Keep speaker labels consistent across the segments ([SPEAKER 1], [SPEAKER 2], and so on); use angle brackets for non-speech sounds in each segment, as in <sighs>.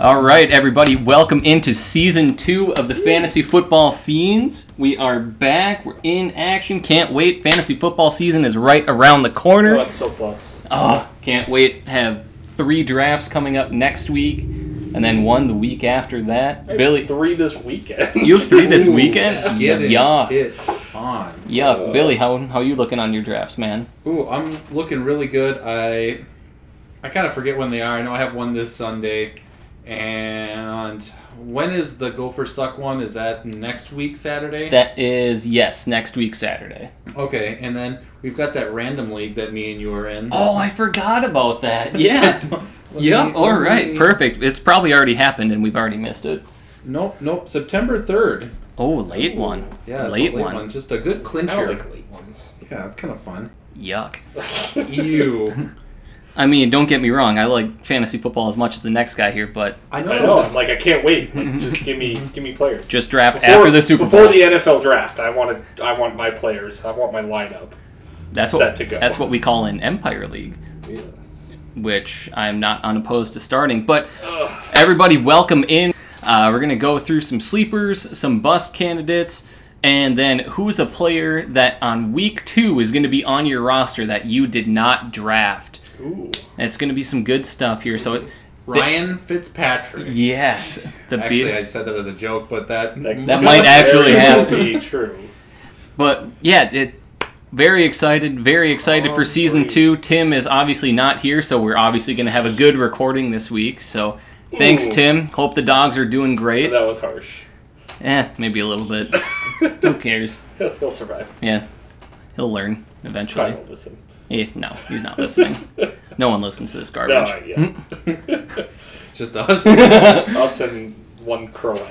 [SPEAKER 1] All right, everybody, welcome into season two of the Fantasy Football Fiends. We are back. We're in action. Can't wait. Fantasy football season is right around the
[SPEAKER 2] Oh,
[SPEAKER 1] corner.
[SPEAKER 2] that's so close.
[SPEAKER 1] Oh, can't wait. Have three drafts coming up next week, and then one the week after that.
[SPEAKER 2] I have
[SPEAKER 1] Billy,
[SPEAKER 2] three this weekend.
[SPEAKER 1] you have three
[SPEAKER 3] <laughs>
[SPEAKER 1] this
[SPEAKER 2] <laughs> Ooh.
[SPEAKER 1] weekend.
[SPEAKER 3] Get it,
[SPEAKER 1] Yuck,
[SPEAKER 3] it on.
[SPEAKER 1] yuck. Billy, how how you looking on your drafts, man?
[SPEAKER 3] Ooh, I'm looking really good. I I kind of forget when they are. I know I have one this Sunday. And when is the Gopher Suck one? Is that next week Saturday?
[SPEAKER 1] That is yes, next week Saturday.
[SPEAKER 3] okay, and then we've got that random league that me and you are in.
[SPEAKER 1] Oh, I forgot about that.
[SPEAKER 3] <laughs>
[SPEAKER 1] Yeah. <laughs> Yep. All right. Perfect. It's probably already happened, and we've already missed it.
[SPEAKER 3] Nope, nope. September 3rd.
[SPEAKER 1] Oh, late one.
[SPEAKER 3] Yeah, it's a
[SPEAKER 1] late,
[SPEAKER 3] late
[SPEAKER 1] one.
[SPEAKER 3] Just a good
[SPEAKER 2] I don't
[SPEAKER 3] clincher.
[SPEAKER 2] like late <laughs> ones.
[SPEAKER 3] Yeah, that's kind of fun.
[SPEAKER 1] Yuck. <laughs>
[SPEAKER 3] Ew.
[SPEAKER 1] I mean, don't get me wrong. I like fantasy football as much as the next guy here, but
[SPEAKER 3] I know.
[SPEAKER 2] I
[SPEAKER 3] that
[SPEAKER 2] know.
[SPEAKER 3] was
[SPEAKER 2] I'm like, I
[SPEAKER 1] <laughs>
[SPEAKER 2] can't wait. Like, just give me, give me players.
[SPEAKER 1] just draft after the Super
[SPEAKER 2] before
[SPEAKER 1] Bowl.
[SPEAKER 2] the NFL draft, I want to, I want my players. I want my lineup.
[SPEAKER 1] that's
[SPEAKER 2] set
[SPEAKER 1] what
[SPEAKER 2] to go.
[SPEAKER 1] that's what we call an Empire League, which I'm not unopposed to starting. But
[SPEAKER 2] Ugh.
[SPEAKER 1] everybody, welcome in. Uh, we're gonna go through some sleepers, some bust candidates, and then who's a player that on week two is gonna be on your roster that you did not draft.
[SPEAKER 2] Ooh.
[SPEAKER 1] And It's going to be some good stuff here. So, it,
[SPEAKER 3] Ryan Fitzpatrick.
[SPEAKER 1] yes, the
[SPEAKER 3] Actually,
[SPEAKER 1] be-
[SPEAKER 3] I said that as a joke, but that
[SPEAKER 1] That might actually
[SPEAKER 2] very
[SPEAKER 1] happen.
[SPEAKER 2] well Be true.
[SPEAKER 1] but yeah, it very excited, very excited for
[SPEAKER 2] Oh,
[SPEAKER 1] season
[SPEAKER 2] great.
[SPEAKER 1] two. Tim is obviously not here, so we're obviously going to have a good recording this week. So, thanks,
[SPEAKER 2] Ooh.
[SPEAKER 1] Tim. Hope the dogs are doing great.
[SPEAKER 2] That was harsh.
[SPEAKER 1] Eh, maybe a little bit. Who cares?
[SPEAKER 2] He'll, he'll survive.
[SPEAKER 1] Yeah, he'll learn eventually.
[SPEAKER 2] I will listen.
[SPEAKER 1] Eh, no, he's not listening. No one listens to this
[SPEAKER 2] No,
[SPEAKER 1] garbage.
[SPEAKER 2] yeah. <laughs>
[SPEAKER 3] it's just us
[SPEAKER 1] <laughs>
[SPEAKER 2] I'll send one Croat.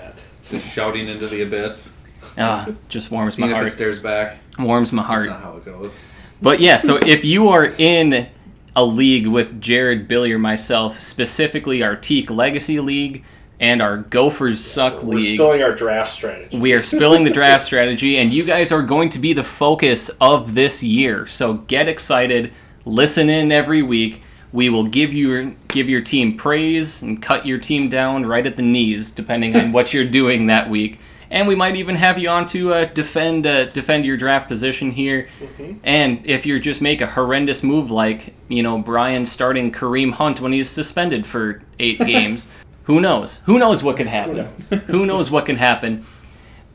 [SPEAKER 3] just shouting into the abyss.
[SPEAKER 1] Ah, just warms
[SPEAKER 3] Even
[SPEAKER 1] my
[SPEAKER 3] if it
[SPEAKER 1] heart.
[SPEAKER 3] stares back.
[SPEAKER 1] Warms my
[SPEAKER 3] That's
[SPEAKER 1] heart.
[SPEAKER 3] not how it goes.
[SPEAKER 1] But yeah, so if you are in a league with Jared, Billy, or myself, specifically our Teak Legacy League and our Gophers Suck
[SPEAKER 2] We're
[SPEAKER 1] League,
[SPEAKER 2] spilling our draft strategy.
[SPEAKER 1] we are spilling the draft strategy, and you guys are going to be the focus of this year. So get excited, listen in every week. We will give your give your team praise and cut your team down right at the knees, depending on what you're doing that week. And we might even have you on to uh, defend uh, defend your draft position here. And if you just make a horrendous move like you know Brian starting Kareem Hunt when he's suspended for eight <laughs> games, who knows? Who knows what could happen? who knows what can happen?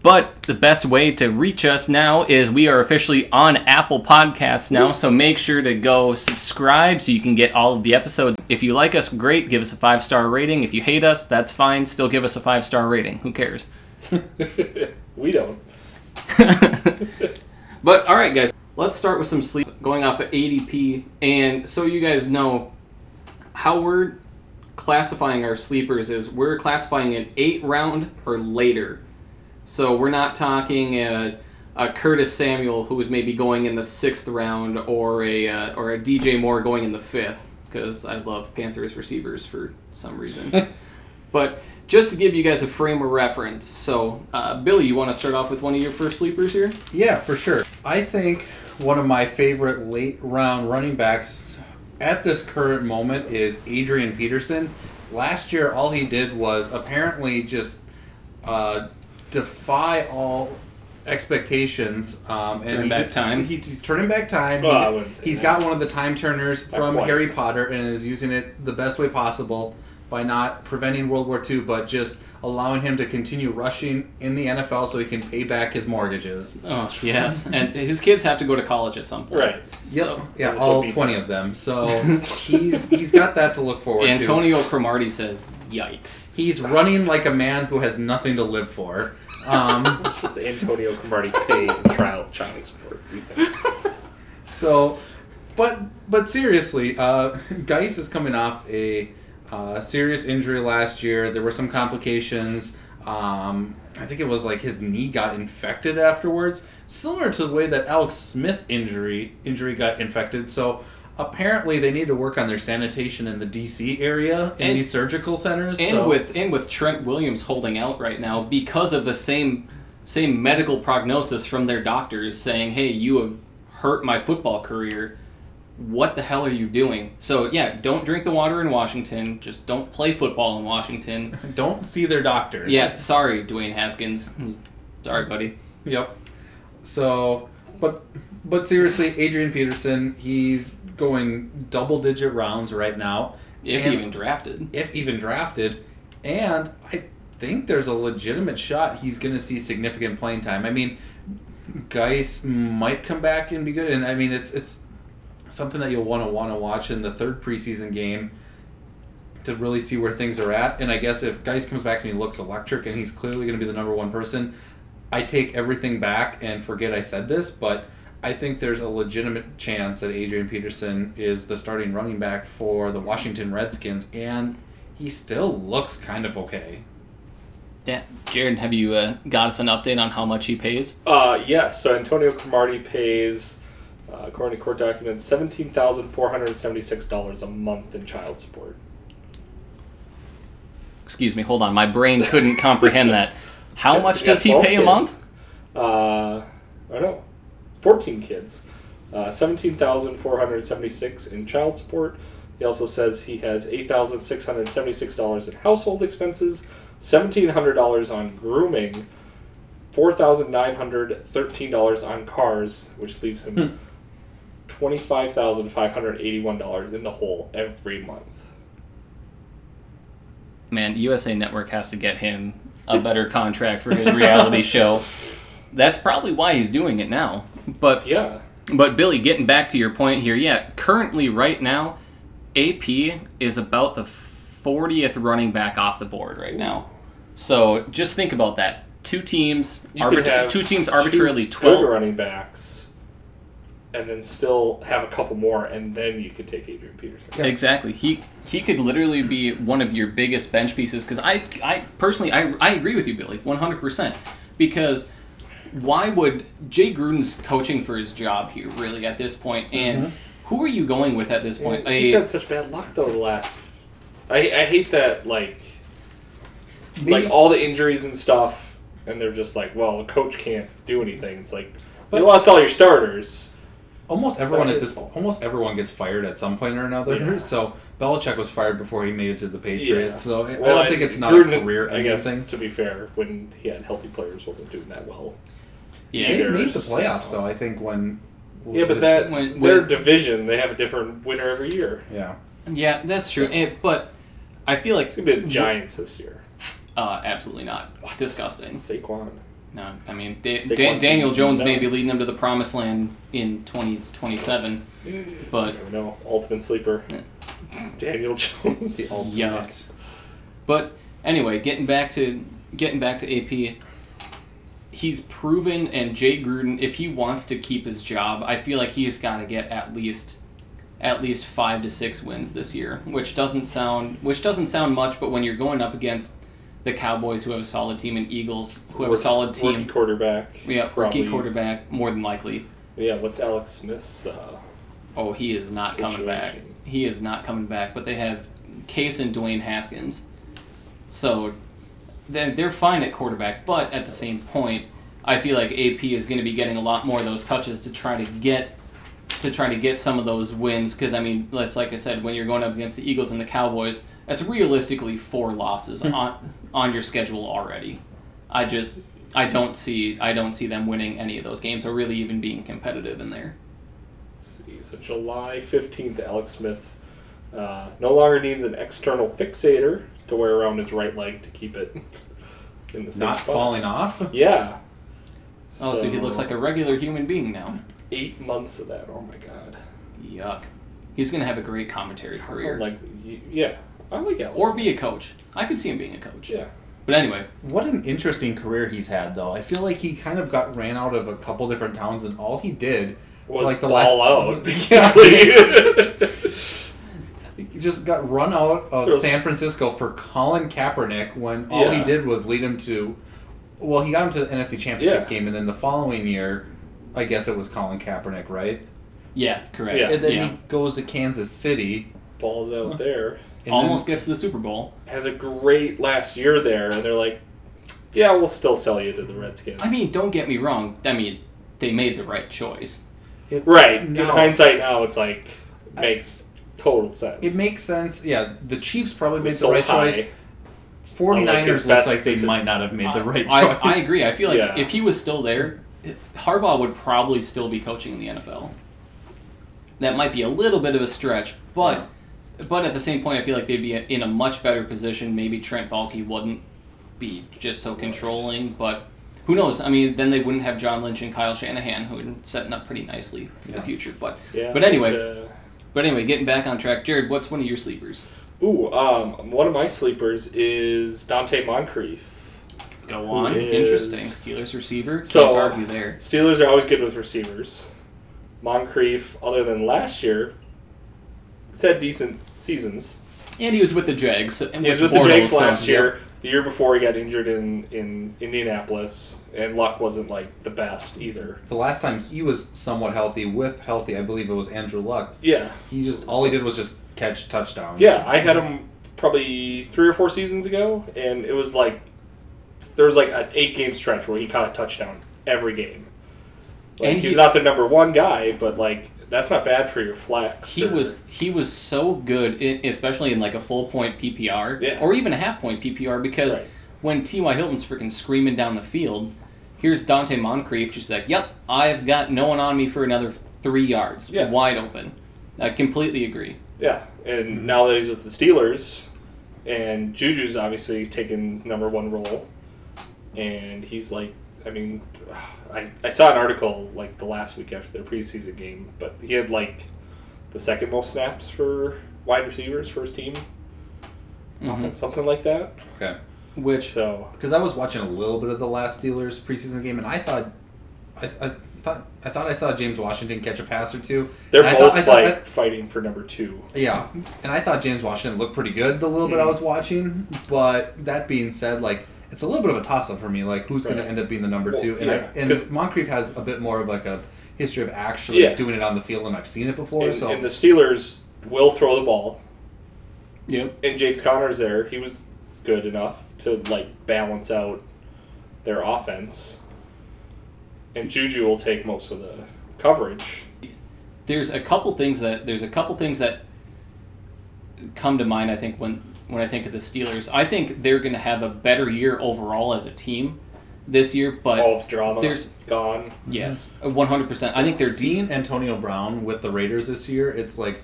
[SPEAKER 1] But the best way to reach us now is we are officially on Apple Podcasts now, so make sure to go subscribe so you can get all of the episodes. If you like us, great, give us a five star rating. If you hate us, that's fine, still give us a five star rating. Who cares?
[SPEAKER 2] <laughs> we don't.
[SPEAKER 1] <laughs> But all right, guys, let's start with some sleep going off of ADP. And so you guys know how we're classifying our sleepers is we're classifying an eight round or later. So we're not talking a, a Curtis Samuel who is maybe going in the sixth round or a uh, or a DJ Moore going in the fifth because I love Panthers receivers for some reason. but just to give you guys a frame of reference, so uh, Billy, you want to start off with one of your first sleepers here?
[SPEAKER 3] Yeah, for sure. I think one of my favorite late round running backs at this current moment is Adrian Peterson. Last year, all he did was apparently just uh, defy all expectations. Um, and
[SPEAKER 1] Turn
[SPEAKER 3] he-
[SPEAKER 1] back time.
[SPEAKER 3] he- he's turning back time.
[SPEAKER 2] Well, I wouldn't say
[SPEAKER 3] He's
[SPEAKER 2] that.
[SPEAKER 3] got one of the time turners
[SPEAKER 2] Not
[SPEAKER 3] from
[SPEAKER 2] quite.
[SPEAKER 3] Harry Potter and is using it the best way possible by not preventing World War II, but just allowing him to continue rushing in the NFL so he can pay back his mortgages.
[SPEAKER 1] Oh yes, and his kids have to go to college at some point.
[SPEAKER 2] Right.
[SPEAKER 3] Yep.
[SPEAKER 1] So-
[SPEAKER 3] yeah,
[SPEAKER 2] Would
[SPEAKER 3] all
[SPEAKER 2] be-
[SPEAKER 3] twenty of them. So he's he's got that to look forward to.
[SPEAKER 1] Antonio Cromartie says, "Yikes."
[SPEAKER 3] He's running like a man who has nothing to live for. Um,
[SPEAKER 2] Just Antonio Cromartie pay and trial child support. we think.
[SPEAKER 3] so, but but seriously, uh, Geis is coming off a uh, serious injury last year. There were some complications. Um, I think it was like his knee got infected afterwards, similar to the way that Alex Smith injury injury got infected. So. Apparently, they need to work on their sanitation in the DC area in
[SPEAKER 1] And-
[SPEAKER 3] these surgical centers.
[SPEAKER 1] And
[SPEAKER 3] so-
[SPEAKER 1] with and with Trent Williams holding out right now because of the same same medical prognosis from their doctors saying, "Hey, you have hurt my football career." what the hell are you doing? So yeah, don't drink the water in Washington. Just don't play football in Washington.
[SPEAKER 3] Don't see their doctors.
[SPEAKER 1] Yeah, sorry, Dwayne Haskins. Sorry, buddy.
[SPEAKER 3] Yep. So, but but seriously, Adrian Peterson, he's going double digit rounds right now,
[SPEAKER 1] If
[SPEAKER 3] And-
[SPEAKER 1] even drafted.
[SPEAKER 3] if even drafted, and I think there's a legitimate shot he's going to see significant playing time. I mean, Geis might come back and be good, and I mean it's it's something that you'll want to want to watch in the third preseason game to really see where things are at. And I guess if Geis comes back and he looks electric and he's clearly going to be the number one person, I take everything back and forget I said this, but I think there's a legitimate chance that Adrian Peterson is the starting running back for the Washington Redskins, and he still looks kind of okay.
[SPEAKER 1] Yeah, Jared, have you uh, got us an update on how much he pays?
[SPEAKER 2] Uh, yeah, so Antonio Cromartie pays, uh, according to court documents, $17,476 a month in child support.
[SPEAKER 1] Excuse me, hold on. My brain couldn't comprehend that. How
[SPEAKER 2] Yeah,
[SPEAKER 1] much
[SPEAKER 2] we
[SPEAKER 1] does
[SPEAKER 2] got
[SPEAKER 1] he
[SPEAKER 2] 12
[SPEAKER 1] pay a
[SPEAKER 2] kids.
[SPEAKER 1] month?
[SPEAKER 2] Uh, I don't know. 14 kids. Uh, 17,476 in child support. He also says he has $8,676 in household expenses, $1,700 on grooming, $4,913 on cars, which leaves him $25,581 in the hole every month.
[SPEAKER 1] Man, USA Network has to get him a better contract for his reality show. That's probably why he's doing it now. But
[SPEAKER 2] Yeah.
[SPEAKER 1] but Billy, getting back to your point here, yeah, currently right now, AP is about the fortieth running back off the board right now. So just think about that. Two teams,
[SPEAKER 2] You could
[SPEAKER 1] arbitra-
[SPEAKER 2] have
[SPEAKER 1] two teams arbitrarily
[SPEAKER 2] two
[SPEAKER 1] twelve.
[SPEAKER 2] good running backs, and then still have a couple more, and then you could take Adrian Peterson.
[SPEAKER 1] Exactly. He he could literally be one of your biggest bench pieces because I I personally I I agree with you, Billy, one hundred percent. Because why would Jay Gruden's coaching for his job here really at this point, and
[SPEAKER 2] Mm-hmm.
[SPEAKER 1] who are you going with at this point?
[SPEAKER 2] He's
[SPEAKER 1] A-
[SPEAKER 2] had such bad luck though the last. I I hate that like
[SPEAKER 3] Maybe-
[SPEAKER 2] like all the injuries and stuff, and they're just like, well, the coach can't do anything. It's like
[SPEAKER 3] But-
[SPEAKER 2] you lost all your starters.
[SPEAKER 3] Almost everyone
[SPEAKER 2] not
[SPEAKER 3] at
[SPEAKER 2] his
[SPEAKER 3] this almost everyone gets fired at some point or another.
[SPEAKER 2] Yeah.
[SPEAKER 3] So Belichick was fired before he made it to the Patriots. So I- I
[SPEAKER 2] Well,
[SPEAKER 3] don't think it's not a
[SPEAKER 2] Gruden,
[SPEAKER 3] career
[SPEAKER 2] I guess
[SPEAKER 3] anything.
[SPEAKER 2] to be fair, when he had healthy players, wasn't doing that well.
[SPEAKER 1] yeah.
[SPEAKER 3] They
[SPEAKER 2] either,
[SPEAKER 3] made the playoffs
[SPEAKER 2] so-
[SPEAKER 3] though. I think when
[SPEAKER 2] Yeah, but that
[SPEAKER 1] When-
[SPEAKER 2] their
[SPEAKER 1] when-
[SPEAKER 2] division, they have a different winner every year.
[SPEAKER 3] yeah
[SPEAKER 1] yeah, that's true. And, but I feel like
[SPEAKER 2] It's gonna be the Giants this year.
[SPEAKER 1] Uh, absolutely not. Disgusting.
[SPEAKER 2] Saquon.
[SPEAKER 1] No, I mean da-
[SPEAKER 2] Saquon
[SPEAKER 1] Da- Daniel
[SPEAKER 2] Diggs
[SPEAKER 1] Jones may be
[SPEAKER 2] nuts.
[SPEAKER 1] leading them to the promised land in twenty twenty seven, but
[SPEAKER 2] I know. Ultimate sleeper. Daniel Jones.
[SPEAKER 3] the
[SPEAKER 2] <laughs>
[SPEAKER 3] ultimate.
[SPEAKER 1] Yuck. But anyway, getting back to getting back to AP, he's proven, and Jay Gruden, if he wants to keep his job, I feel like he's got to get at least at least five to six wins this year, which doesn't sound which doesn't sound much, but when you're going up against the Cowboys, who have a solid team, and Eagles, who have a
[SPEAKER 2] Rookie-
[SPEAKER 1] solid
[SPEAKER 2] Rookie
[SPEAKER 1] team,
[SPEAKER 2] quarterback.
[SPEAKER 1] yeah,
[SPEAKER 2] probably.
[SPEAKER 1] rookie quarterback, more than likely.
[SPEAKER 2] Yeah, what's Alex Smith's? Uh,
[SPEAKER 1] Oh, he is not coming back.
[SPEAKER 2] Situation.
[SPEAKER 1] He is not coming back. But they have Case and Dwayne Haskins, so they're, they're fine at quarterback. But at the same point, I feel like AP is going to be getting a lot more of those touches to try to get to try to get some of those wins. Because I mean, let's like I said, when you're going up against the Eagles and the Cowboys, that's realistically four losses on on your schedule already. I just I don't see I don't see them winning any of those games or really even being competitive in there.
[SPEAKER 2] let's see, so July fifteenth, Alex Smith uh, no longer needs an external fixator to wear around his right leg to keep it in the same
[SPEAKER 3] not
[SPEAKER 2] spot.
[SPEAKER 3] falling off.
[SPEAKER 2] Yeah.
[SPEAKER 1] Oh, so, he looks like a regular human being now.
[SPEAKER 2] eight months of that. Oh my god.
[SPEAKER 1] Yuck. He's gonna have a great commentary
[SPEAKER 2] Oh
[SPEAKER 1] career,
[SPEAKER 2] Like, y- yeah, I like Alex.
[SPEAKER 1] or be a coach. I could see him being a coach.
[SPEAKER 2] yeah.
[SPEAKER 1] But anyway,
[SPEAKER 3] What an interesting career he's had, though. I feel like he kind of got ran out of a couple different towns, and all he did
[SPEAKER 2] was
[SPEAKER 3] like the
[SPEAKER 2] ball
[SPEAKER 3] last,
[SPEAKER 2] out
[SPEAKER 3] <laughs>
[SPEAKER 2] basically.
[SPEAKER 3] He just got run out of
[SPEAKER 2] Throws-
[SPEAKER 3] San Francisco for Colin Kaepernick when all he
[SPEAKER 2] Yeah.
[SPEAKER 3] did was lead him to. Well, he got him to the NFC Championship
[SPEAKER 2] Yeah.
[SPEAKER 3] game, and then the following year, I guess it was Colin Kaepernick, right?
[SPEAKER 1] yeah, correct.
[SPEAKER 2] Yeah.
[SPEAKER 1] Yeah,
[SPEAKER 3] And then he goes to Kansas City.
[SPEAKER 2] Balls out there.
[SPEAKER 3] and
[SPEAKER 1] almost gets to the Super Bowl.
[SPEAKER 2] Has a great last year there, and they're like, yeah, we'll still sell you to the Redskins.
[SPEAKER 1] I mean, don't get me wrong. I mean, they made the right choice.
[SPEAKER 3] then it-
[SPEAKER 2] right. In
[SPEAKER 3] No.
[SPEAKER 2] hindsight, now it's like, makes total sense.
[SPEAKER 3] It makes sense. Yeah, the Chiefs probably made
[SPEAKER 2] It's
[SPEAKER 3] the
[SPEAKER 2] so
[SPEAKER 3] right
[SPEAKER 2] high.
[SPEAKER 3] choice. 49ers
[SPEAKER 2] his
[SPEAKER 3] looks
[SPEAKER 2] best
[SPEAKER 3] like they
[SPEAKER 2] is-
[SPEAKER 3] might not have made the right
[SPEAKER 1] I,
[SPEAKER 3] choice.
[SPEAKER 1] I agree. I feel like
[SPEAKER 2] Yeah.
[SPEAKER 1] if he was still there, Harbaugh would probably still be coaching in the NFL. That might be a little bit of a stretch, but but at the same point, I feel like they'd be in a much better position. Maybe Trent Baalke wouldn't be just so controlling, but who knows? I mean, then they wouldn't have John Lynch and Kyle Shanahan, who would setting up pretty nicely for
[SPEAKER 3] Yeah.
[SPEAKER 1] the future. But
[SPEAKER 2] Yeah,
[SPEAKER 1] but anyway,
[SPEAKER 2] and, uh,
[SPEAKER 1] but anyway, getting back on track, Jared, what's one of your sleepers?
[SPEAKER 2] Ooh, um, one of my sleepers is Dante Moncrief.
[SPEAKER 1] Go
[SPEAKER 2] on.
[SPEAKER 1] on, interesting.
[SPEAKER 2] is-
[SPEAKER 1] Steelers receiver, can't
[SPEAKER 2] So-
[SPEAKER 1] argue there.
[SPEAKER 2] Steelers are always good with receivers. Moncrief, other than last year, has had decent seasons.
[SPEAKER 1] And he was with the Jags. so- And
[SPEAKER 2] He was with
[SPEAKER 1] Bortles,
[SPEAKER 2] the Jags
[SPEAKER 1] so-
[SPEAKER 2] last year.
[SPEAKER 1] Yep.
[SPEAKER 2] The year before, he got injured in, in Indianapolis, and luck wasn't like the best either.
[SPEAKER 3] the last time he was somewhat healthy, with healthy, I believe it was Andrew Luck.
[SPEAKER 2] Yeah,
[SPEAKER 3] He just all he did was just catch touchdowns.
[SPEAKER 2] yeah. I had him probably three or four seasons ago, and it was like there was like an eight game stretch where he caught a touchdown every game. Like,
[SPEAKER 1] And
[SPEAKER 2] he's
[SPEAKER 1] he-
[SPEAKER 2] not the number one guy, but like that's not bad for your flex.
[SPEAKER 1] He
[SPEAKER 2] or-
[SPEAKER 1] was he was so good, in, especially in like a full point PPR
[SPEAKER 2] Yeah.
[SPEAKER 1] or even a half point PPR, because
[SPEAKER 2] Right.
[SPEAKER 1] when T. Y. Hilton's freaking screaming down the field, here's Dante Moncrief just like, "Yep, I've got no one on me for another three yards,
[SPEAKER 2] Yeah.
[SPEAKER 1] wide open." I completely agree.
[SPEAKER 2] Yeah, and now that he's with the Steelers, and Juju's obviously taken number one role, and he's like, I mean, <sighs> I, I saw an article like the last week after their preseason game, but he had like the second most snaps for wide receivers, first team,
[SPEAKER 3] Mm-hmm.
[SPEAKER 1] Mhm.
[SPEAKER 2] offense, something like that.
[SPEAKER 3] Okay.
[SPEAKER 1] Which
[SPEAKER 2] So
[SPEAKER 3] Because I was watching a little bit of the last Steelers preseason game, and I thought, I, I thought, I thought I saw James Washington catch a pass or two.
[SPEAKER 2] they're
[SPEAKER 3] And I
[SPEAKER 2] both
[SPEAKER 3] thought- I thought
[SPEAKER 2] like fighting for number two.
[SPEAKER 3] that- yeah, and I thought James Washington looked pretty good the little bit
[SPEAKER 2] Mm.
[SPEAKER 3] I was watching. But that being said, like it's a little bit of a toss up for me, like who's going
[SPEAKER 2] Right.
[SPEAKER 3] to end up being the number
[SPEAKER 2] Well,
[SPEAKER 3] two? And,
[SPEAKER 2] yeah,
[SPEAKER 3] I, and
[SPEAKER 2] 'cause-
[SPEAKER 3] Moncrief has a bit more of like a history of actually
[SPEAKER 2] Yeah.
[SPEAKER 3] doing it on the field, and I've seen it before.
[SPEAKER 2] And,
[SPEAKER 3] so
[SPEAKER 2] and the Steelers will throw the ball,
[SPEAKER 1] yep,
[SPEAKER 2] and James Conner's there. He was good enough to like balance out their offense. And Juju will take most of the coverage.
[SPEAKER 1] there's a couple things that there's a couple things that come to mind. I think when when I think of the Steelers, I think they're going to have a better year overall as a team this year, but.
[SPEAKER 2] All of drama
[SPEAKER 1] There's-
[SPEAKER 2] gone.
[SPEAKER 1] Yes, one hundred percent. I think they're deep.
[SPEAKER 3] seeing Antonio Brown with the Raiders this year, it's like,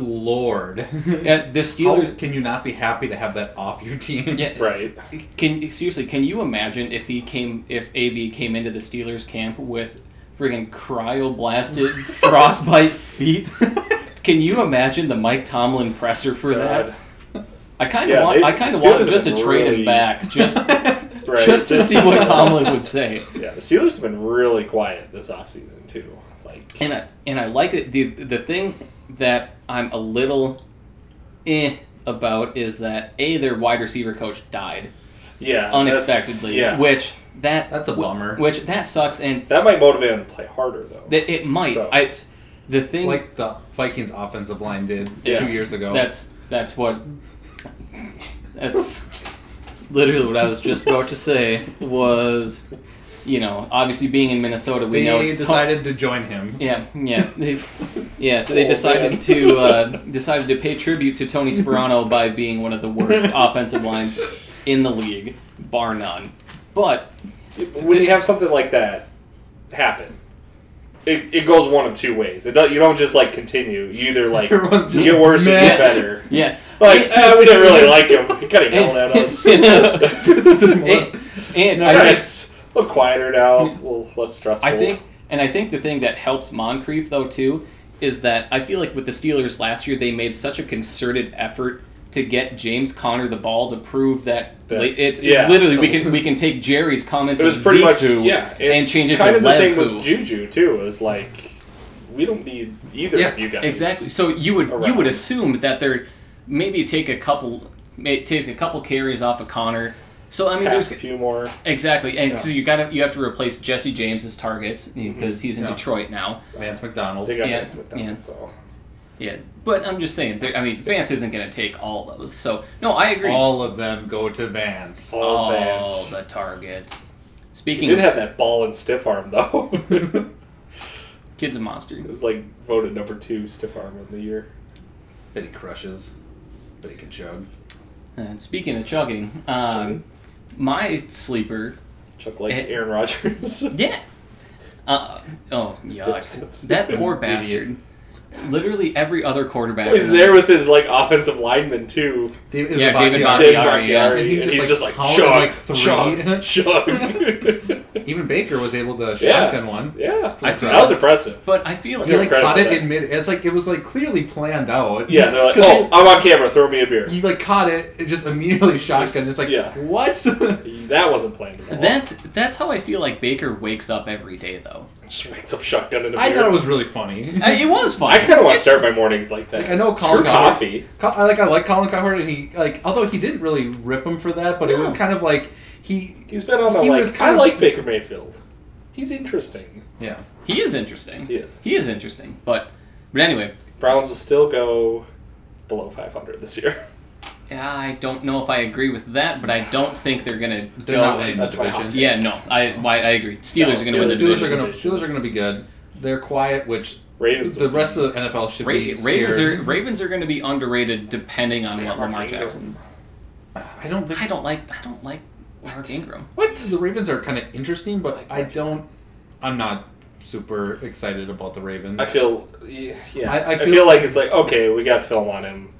[SPEAKER 2] <laughs>
[SPEAKER 3] lord.
[SPEAKER 1] Yeah, the
[SPEAKER 3] How
[SPEAKER 1] Steelers.
[SPEAKER 3] can you not be happy to have that off your team? <laughs>
[SPEAKER 1] Yeah,
[SPEAKER 2] Right.
[SPEAKER 1] Can seriously? Can you imagine if he came? If AB came into the Steelers camp with friggin' cryoblasted frostbite
[SPEAKER 2] <laughs>
[SPEAKER 1] feet? Can you imagine the Mike Tomlin presser for
[SPEAKER 2] God.
[SPEAKER 1] that? I kind of
[SPEAKER 2] Yeah,
[SPEAKER 1] want.
[SPEAKER 2] they-
[SPEAKER 1] I kind of
[SPEAKER 2] Steelers
[SPEAKER 1] want just to
[SPEAKER 2] have
[SPEAKER 1] trade
[SPEAKER 2] really-
[SPEAKER 1] him back, just
[SPEAKER 2] <laughs> Right.
[SPEAKER 1] just to
[SPEAKER 2] This
[SPEAKER 1] see
[SPEAKER 2] is- <laughs>
[SPEAKER 1] what Tomlin would say.
[SPEAKER 2] Yeah, the Steelers have been really quiet this offseason, too. Like,
[SPEAKER 1] and I and I like it. the The thing that I'm a little eh about is that a their wide receiver coach died
[SPEAKER 2] yeah. that's-
[SPEAKER 1] unexpectedly,
[SPEAKER 2] Yeah.
[SPEAKER 1] which that
[SPEAKER 3] That's a
[SPEAKER 1] wh-
[SPEAKER 3] bummer.
[SPEAKER 1] Which that sucks, and
[SPEAKER 2] that might motivate him to play harder, though.
[SPEAKER 1] that it might.
[SPEAKER 2] So-
[SPEAKER 1] I it's- the thing
[SPEAKER 3] <laughs> Like the Vikings offensive line did
[SPEAKER 2] Yeah.
[SPEAKER 3] two years ago.
[SPEAKER 1] that's that's what that's literally what I was just about to say was, you know, obviously being in Minnesota, we
[SPEAKER 3] they
[SPEAKER 1] know ton-
[SPEAKER 3] decided to join him.
[SPEAKER 1] Yeah,
[SPEAKER 2] <laughs>
[SPEAKER 1] yeah, it's, yeah. They
[SPEAKER 2] Oh,
[SPEAKER 1] decided
[SPEAKER 2] man.
[SPEAKER 1] to uh, decided to pay tribute to Tony Sperano by being one of the
[SPEAKER 2] <laughs>
[SPEAKER 1] worst offensive lines in the league, bar none. But
[SPEAKER 2] when you have something like that happen, it, it goes one of two ways. It don't, you don't just like continue. You either like
[SPEAKER 3] <laughs> Everyone's
[SPEAKER 2] you
[SPEAKER 3] just
[SPEAKER 2] get worse or you
[SPEAKER 1] meh.
[SPEAKER 2] get better.
[SPEAKER 1] yeah,
[SPEAKER 2] Like eh, we didn't really like him. He kind of yelled at
[SPEAKER 1] <laughs>
[SPEAKER 2] us. <laughs>
[SPEAKER 1] and, and I
[SPEAKER 2] Kinda
[SPEAKER 1] think-
[SPEAKER 2] s- a little quieter now, a little less stressful.
[SPEAKER 1] I think, and I think the thing that helps Moncrief though too is that I feel like with the Steelers last year they made such a concerted effort to get James Conner the ball to prove that,
[SPEAKER 2] That-
[SPEAKER 1] li- it's it
[SPEAKER 2] yeah.
[SPEAKER 1] literally we can we can take Jerry's comments
[SPEAKER 2] it
[SPEAKER 1] of
[SPEAKER 2] was pretty
[SPEAKER 1] Zeke
[SPEAKER 2] much
[SPEAKER 1] who-
[SPEAKER 2] yeah, it's
[SPEAKER 1] and change it
[SPEAKER 2] kind
[SPEAKER 1] to
[SPEAKER 2] of the
[SPEAKER 1] Lev
[SPEAKER 2] same
[SPEAKER 1] who.
[SPEAKER 2] with Juju too. It was like we don't need either
[SPEAKER 3] Yeah,
[SPEAKER 2] of you guys.
[SPEAKER 1] exactly. So you would you
[SPEAKER 2] around.
[SPEAKER 1] would assume that they're maybe take a couple may, take a couple carries off of Conner. So I mean,
[SPEAKER 2] Pass
[SPEAKER 1] there's
[SPEAKER 2] a few more.
[SPEAKER 1] exactly, and
[SPEAKER 2] Yeah.
[SPEAKER 1] so you got to you have to replace Jesse James's targets because he's in
[SPEAKER 3] Yeah.
[SPEAKER 1] Detroit now.
[SPEAKER 3] Vance McDonald.
[SPEAKER 2] They got
[SPEAKER 1] Yeah,
[SPEAKER 2] yeah, with them,
[SPEAKER 1] yeah.
[SPEAKER 2] so
[SPEAKER 1] Yeah, but I'm just saying. there- I mean, Vance isn't going to take all those. So no, I agree.
[SPEAKER 3] All of them go to Vance.
[SPEAKER 2] all
[SPEAKER 1] All Oh,
[SPEAKER 2] fans.
[SPEAKER 1] the targets.
[SPEAKER 2] He
[SPEAKER 1] Speaking
[SPEAKER 3] <laughs>
[SPEAKER 2] did
[SPEAKER 1] of,
[SPEAKER 2] <laughs> have that ball and stiff arm though.
[SPEAKER 1] Kid's a monster.
[SPEAKER 2] It was like voted number two stiff arm of the year.
[SPEAKER 3] But he crushes. But he can chug.
[SPEAKER 1] And speaking of chugging, um, my sleeper.
[SPEAKER 2] Chuck like
[SPEAKER 1] Eh.
[SPEAKER 2] Aaron Rodgers. <laughs>
[SPEAKER 1] Yeah. Uh, oh, yuck.
[SPEAKER 2] sip, sip.
[SPEAKER 1] That poor bastard. Literally every other quarterback.
[SPEAKER 2] He's
[SPEAKER 1] in the-
[SPEAKER 2] there with his like offensive lineman too.
[SPEAKER 1] Yeah, David
[SPEAKER 2] Dave
[SPEAKER 1] Bakhtiari, yeah.
[SPEAKER 2] Bakhtiari.
[SPEAKER 3] Uh, And he just,
[SPEAKER 2] he's
[SPEAKER 3] like,
[SPEAKER 2] just like
[SPEAKER 3] howled
[SPEAKER 2] chug,
[SPEAKER 3] like three. <laughs>
[SPEAKER 2] chug, <laughs> chug.
[SPEAKER 3] Even Baker was able to
[SPEAKER 2] Yeah.
[SPEAKER 3] shotgun one.
[SPEAKER 2] yeah,
[SPEAKER 3] I
[SPEAKER 2] that
[SPEAKER 3] forgot.
[SPEAKER 2] was impressive.
[SPEAKER 3] <laughs>
[SPEAKER 1] But I feel like
[SPEAKER 3] He like
[SPEAKER 2] credit
[SPEAKER 3] caught
[SPEAKER 2] for
[SPEAKER 3] it
[SPEAKER 2] that.
[SPEAKER 3] in mid. It's like it was like clearly planned out.
[SPEAKER 2] Yeah, they're like,
[SPEAKER 3] <laughs> 'Cause
[SPEAKER 2] oh, I'm on camera. Throw me a beer.
[SPEAKER 3] he, he like caught it, it just immediately shotgun. It's like
[SPEAKER 2] yeah.
[SPEAKER 3] what? <laughs>
[SPEAKER 2] That wasn't planned at all.
[SPEAKER 1] that's that's how I feel like Baker wakes up every day though.
[SPEAKER 2] just wakes up shotgun in a
[SPEAKER 3] I
[SPEAKER 2] beer.
[SPEAKER 3] thought it was really funny. <laughs>
[SPEAKER 1] I, it was fun.
[SPEAKER 2] I kind of want to
[SPEAKER 1] It's-
[SPEAKER 2] start my mornings like that.
[SPEAKER 3] Like, I know
[SPEAKER 2] Screw
[SPEAKER 3] Colin Cowherd.
[SPEAKER 2] coffee.
[SPEAKER 3] Col- I like I like Colin Cowherd, and he like although he didn't really rip him for that, but it was
[SPEAKER 1] No.
[SPEAKER 3] kind of like he
[SPEAKER 2] He's been on the
[SPEAKER 3] He
[SPEAKER 2] like.
[SPEAKER 3] was kind
[SPEAKER 2] I
[SPEAKER 3] of-
[SPEAKER 2] like Baker Mayfield. He's interesting.
[SPEAKER 3] yeah.
[SPEAKER 1] He is interesting.
[SPEAKER 2] He is.
[SPEAKER 1] He is interesting. But but anyway,
[SPEAKER 2] Browns will still go below 500 this year.
[SPEAKER 1] I don't know if I agree with that, but I don't think they're gonna
[SPEAKER 3] They're
[SPEAKER 1] go.
[SPEAKER 3] not winning
[SPEAKER 2] that's
[SPEAKER 3] the
[SPEAKER 2] my
[SPEAKER 3] division.
[SPEAKER 2] hot
[SPEAKER 1] yeah, no, I why I agree.
[SPEAKER 2] No,
[SPEAKER 1] Steelers are gonna win the
[SPEAKER 2] Steelers-
[SPEAKER 3] Steelers
[SPEAKER 1] division.
[SPEAKER 3] are gonna
[SPEAKER 2] division.
[SPEAKER 3] Steelers are gonna be good. They're quiet, which
[SPEAKER 2] Ravens.
[SPEAKER 3] the rest of the NFL should
[SPEAKER 1] Ra-
[SPEAKER 3] be.
[SPEAKER 1] Ravens
[SPEAKER 3] scared.
[SPEAKER 1] are Ravens are gonna be underrated depending on what
[SPEAKER 2] Mark
[SPEAKER 1] Lamar
[SPEAKER 2] Ingram.
[SPEAKER 1] Jackson.
[SPEAKER 3] I don't think
[SPEAKER 1] I don't like I don't like Mark Ingram.
[SPEAKER 2] What?
[SPEAKER 3] the Ravens are kind of interesting, but I don't. I'm not super excited about the Ravens.
[SPEAKER 2] I feel. Yeah.
[SPEAKER 3] I- I
[SPEAKER 2] I, feel,
[SPEAKER 3] feel-
[SPEAKER 2] like it's like okay, we got film on him.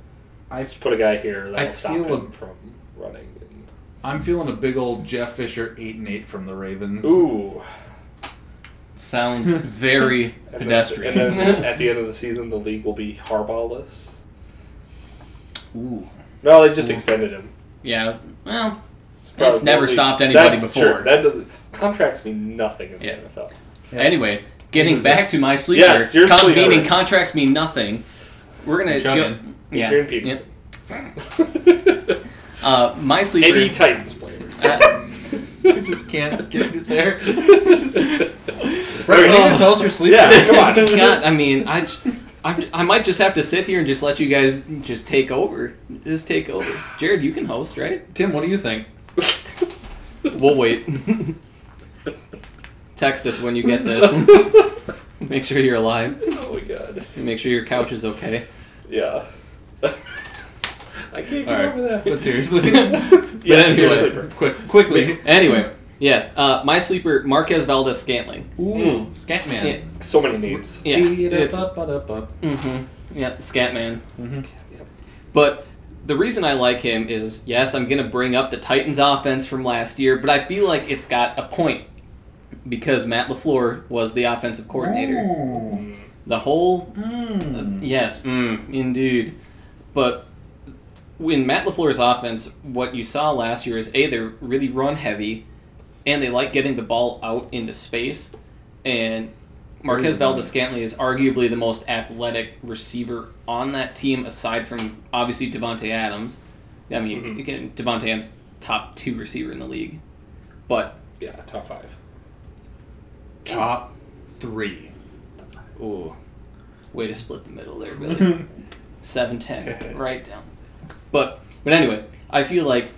[SPEAKER 3] I
[SPEAKER 2] Let's put a guy here
[SPEAKER 3] I
[SPEAKER 2] that'll stop
[SPEAKER 3] feel
[SPEAKER 2] him
[SPEAKER 3] a-
[SPEAKER 2] from running.
[SPEAKER 3] I'm feeling a big old Jeff Fisher eight and eight from the Ravens.
[SPEAKER 2] Ooh.
[SPEAKER 1] Sounds very
[SPEAKER 2] <laughs> And then-
[SPEAKER 1] pedestrian.
[SPEAKER 2] and
[SPEAKER 1] <laughs>
[SPEAKER 2] then at the end of the season, the league will be Harbaughless.
[SPEAKER 1] Ooh.
[SPEAKER 2] No, they just extended him.
[SPEAKER 1] Yeah. Well,
[SPEAKER 2] It's,
[SPEAKER 1] That's never
[SPEAKER 2] probably-
[SPEAKER 1] stopped anybody
[SPEAKER 2] that's
[SPEAKER 1] before.
[SPEAKER 2] true. That doesn't contracts mean nothing in the
[SPEAKER 1] Yeah.
[SPEAKER 2] NFL.
[SPEAKER 3] Yeah.
[SPEAKER 1] Anyway, getting
[SPEAKER 3] Who's
[SPEAKER 1] back to my sleeper,
[SPEAKER 2] Yes, your
[SPEAKER 1] con-
[SPEAKER 2] sleeper.
[SPEAKER 1] meaning contracts mean nothing. We're gonna
[SPEAKER 3] Jump
[SPEAKER 1] go.
[SPEAKER 3] in.
[SPEAKER 1] Yeah.
[SPEAKER 2] Adrian
[SPEAKER 1] yeah.
[SPEAKER 2] Peterson,
[SPEAKER 1] Uh, my sleeper.
[SPEAKER 2] any Titans player. <laughs>
[SPEAKER 1] uh,
[SPEAKER 3] I <laughs>
[SPEAKER 1] <laughs>
[SPEAKER 3] just can't get it there. Brett,
[SPEAKER 2] Right,
[SPEAKER 3] you need to tell us your sleep.
[SPEAKER 2] Yeah, <laughs> come on.
[SPEAKER 1] <laughs> God, I mean, I, just, I, I might just have to sit here and just let you guys just take over. Just take over. Jared, you can host, right?
[SPEAKER 3] Tim, what do you think?
[SPEAKER 2] <laughs> Oh
[SPEAKER 1] We'll wait. <laughs> Text us when you get this.
[SPEAKER 2] <laughs>
[SPEAKER 1] Make sure you're alive.
[SPEAKER 2] oh my god.
[SPEAKER 1] Make sure your couch is okay.
[SPEAKER 2] Yeah. <laughs> I can't get
[SPEAKER 3] All right,
[SPEAKER 2] over that. <laughs>
[SPEAKER 3] but seriously,
[SPEAKER 2] yeah,
[SPEAKER 1] anyway.
[SPEAKER 2] you're a sleeper.
[SPEAKER 3] quick, quickly.
[SPEAKER 1] Anyway, yes, uh, my sleeper, Marquez Valdez Scantling.
[SPEAKER 3] Ooh,
[SPEAKER 2] Mm.
[SPEAKER 3] Scatman.
[SPEAKER 1] Yeah,
[SPEAKER 2] So many names.
[SPEAKER 1] yeah, it's
[SPEAKER 3] Ba-da-ba-da-ba.
[SPEAKER 1] Mm-hmm. Yeah, the scat man. But the reason I like him is, yes, I'm going to bring up the Titans offense from last year, but I feel like it's got a point because Matt LaFleur was the offensive coordinator.
[SPEAKER 3] Ooh.
[SPEAKER 1] The whole,
[SPEAKER 3] Mm.
[SPEAKER 1] yes, mm, indeed. But in Matt LaFleur's offense, what you saw last year is A, they're really run heavy and they like getting the ball out into space. And Marquez Valdez Scantley is arguably the most athletic receiver on that team, aside from obviously Devonte Adams. I mean,
[SPEAKER 2] Mhm.
[SPEAKER 1] again, Devonte Adams top two receiver in the league, but
[SPEAKER 2] Yeah, top five.
[SPEAKER 3] Top three.
[SPEAKER 1] ooh, way to split the middle there, Billy. Seven ten, right down. But but anyway, I feel like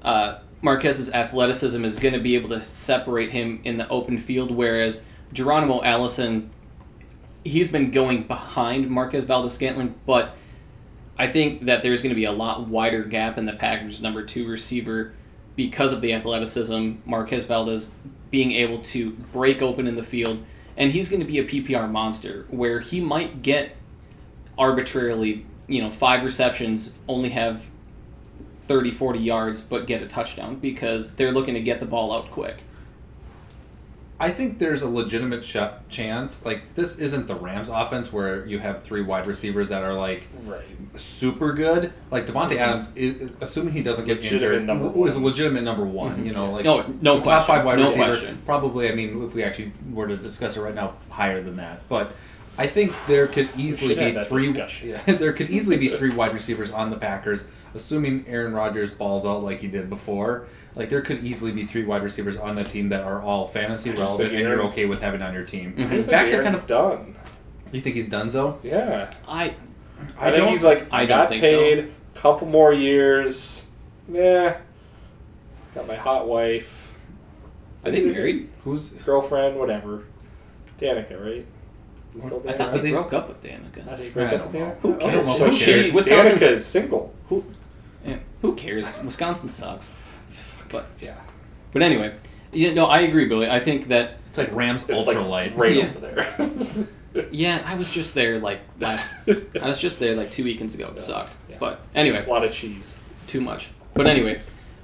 [SPEAKER 1] uh, Marquez's athleticism is going to be able to separate him in the open field, whereas Geronimo Allison, he's been going behind Marquez Valdez Scantling, but I think that there's going to be a lot wider gap in the Packers' number two receiver because of the athleticism. Marquez Valdez being able to break open in the field, and he's going to be a PPR monster where he might get arbitrarily, you know, five receptions, only have 30, 40 yards, but get a touchdown because they're looking to get the ball out quick.
[SPEAKER 3] I think there's a legitimate sh- chance. Like this isn't the Rams offense where you have three wide receivers that are like
[SPEAKER 2] Right.
[SPEAKER 3] super good. Like
[SPEAKER 1] Mm-hmm.
[SPEAKER 3] Devonte Adams, is, assuming he doesn't get
[SPEAKER 2] Legitimate
[SPEAKER 3] injured,
[SPEAKER 2] number
[SPEAKER 3] w- was a
[SPEAKER 2] one.
[SPEAKER 3] legitimate number one. You know, like
[SPEAKER 1] Mm-hmm. No, no
[SPEAKER 3] top
[SPEAKER 1] question.
[SPEAKER 3] five wide
[SPEAKER 1] No
[SPEAKER 3] receiver.
[SPEAKER 1] question.
[SPEAKER 3] Probably, I mean, if we actually were to discuss it right now, higher than that. But I think there could easily
[SPEAKER 2] should have
[SPEAKER 3] be
[SPEAKER 2] that
[SPEAKER 3] three.
[SPEAKER 2] discussion.
[SPEAKER 3] <laughs> Yeah, there could
[SPEAKER 2] <laughs>
[SPEAKER 3] easily be three wide receivers on the Packers, assuming Aaron Rodgers balls out like he did before. Like there could easily be three wide receivers on that team that are all fantasy
[SPEAKER 2] just
[SPEAKER 3] relevant,
[SPEAKER 2] think
[SPEAKER 3] and you're
[SPEAKER 2] Aaron's-
[SPEAKER 3] okay with having on your team.
[SPEAKER 1] Mm-hmm.
[SPEAKER 2] I just think
[SPEAKER 3] Back to
[SPEAKER 2] Aaron's
[SPEAKER 3] kind of.
[SPEAKER 2] done.
[SPEAKER 3] You think he's done so?
[SPEAKER 2] Yeah.
[SPEAKER 1] I
[SPEAKER 2] I, think he's like,
[SPEAKER 1] I
[SPEAKER 2] I
[SPEAKER 1] don't
[SPEAKER 2] got
[SPEAKER 1] think so.
[SPEAKER 2] paid. Couple more years. Yeah. Got my hot wife,
[SPEAKER 1] are they married?
[SPEAKER 3] Who's
[SPEAKER 2] girlfriend, whatever. Danica, right? Is he still
[SPEAKER 1] I
[SPEAKER 2] dating?
[SPEAKER 1] thought
[SPEAKER 3] But
[SPEAKER 1] we
[SPEAKER 3] these-
[SPEAKER 1] broke up with
[SPEAKER 2] I
[SPEAKER 1] Danica.
[SPEAKER 2] think
[SPEAKER 3] I
[SPEAKER 2] break
[SPEAKER 3] don't
[SPEAKER 2] up
[SPEAKER 3] know.
[SPEAKER 2] there.
[SPEAKER 3] Who
[SPEAKER 2] I don't
[SPEAKER 3] cares?
[SPEAKER 2] know if
[SPEAKER 3] Who
[SPEAKER 2] I should.
[SPEAKER 1] cares? Wisconsin's-
[SPEAKER 2] Oh, Danica is single.
[SPEAKER 1] Who, yeah, who cares? Wisconsin sucks. But
[SPEAKER 2] Yeah.
[SPEAKER 1] but anyway, yeah, no, I agree, Billy. I think that
[SPEAKER 3] It's like Rams
[SPEAKER 2] It's like
[SPEAKER 3] ultralight.
[SPEAKER 2] right
[SPEAKER 1] Yeah.
[SPEAKER 2] over there.
[SPEAKER 1] yeah, I was just there like last. <laughs> I was just there like two weekends ago. It sucked.
[SPEAKER 2] Yeah.
[SPEAKER 1] But anyway,
[SPEAKER 2] A lot of cheese.
[SPEAKER 1] too much. But anyway,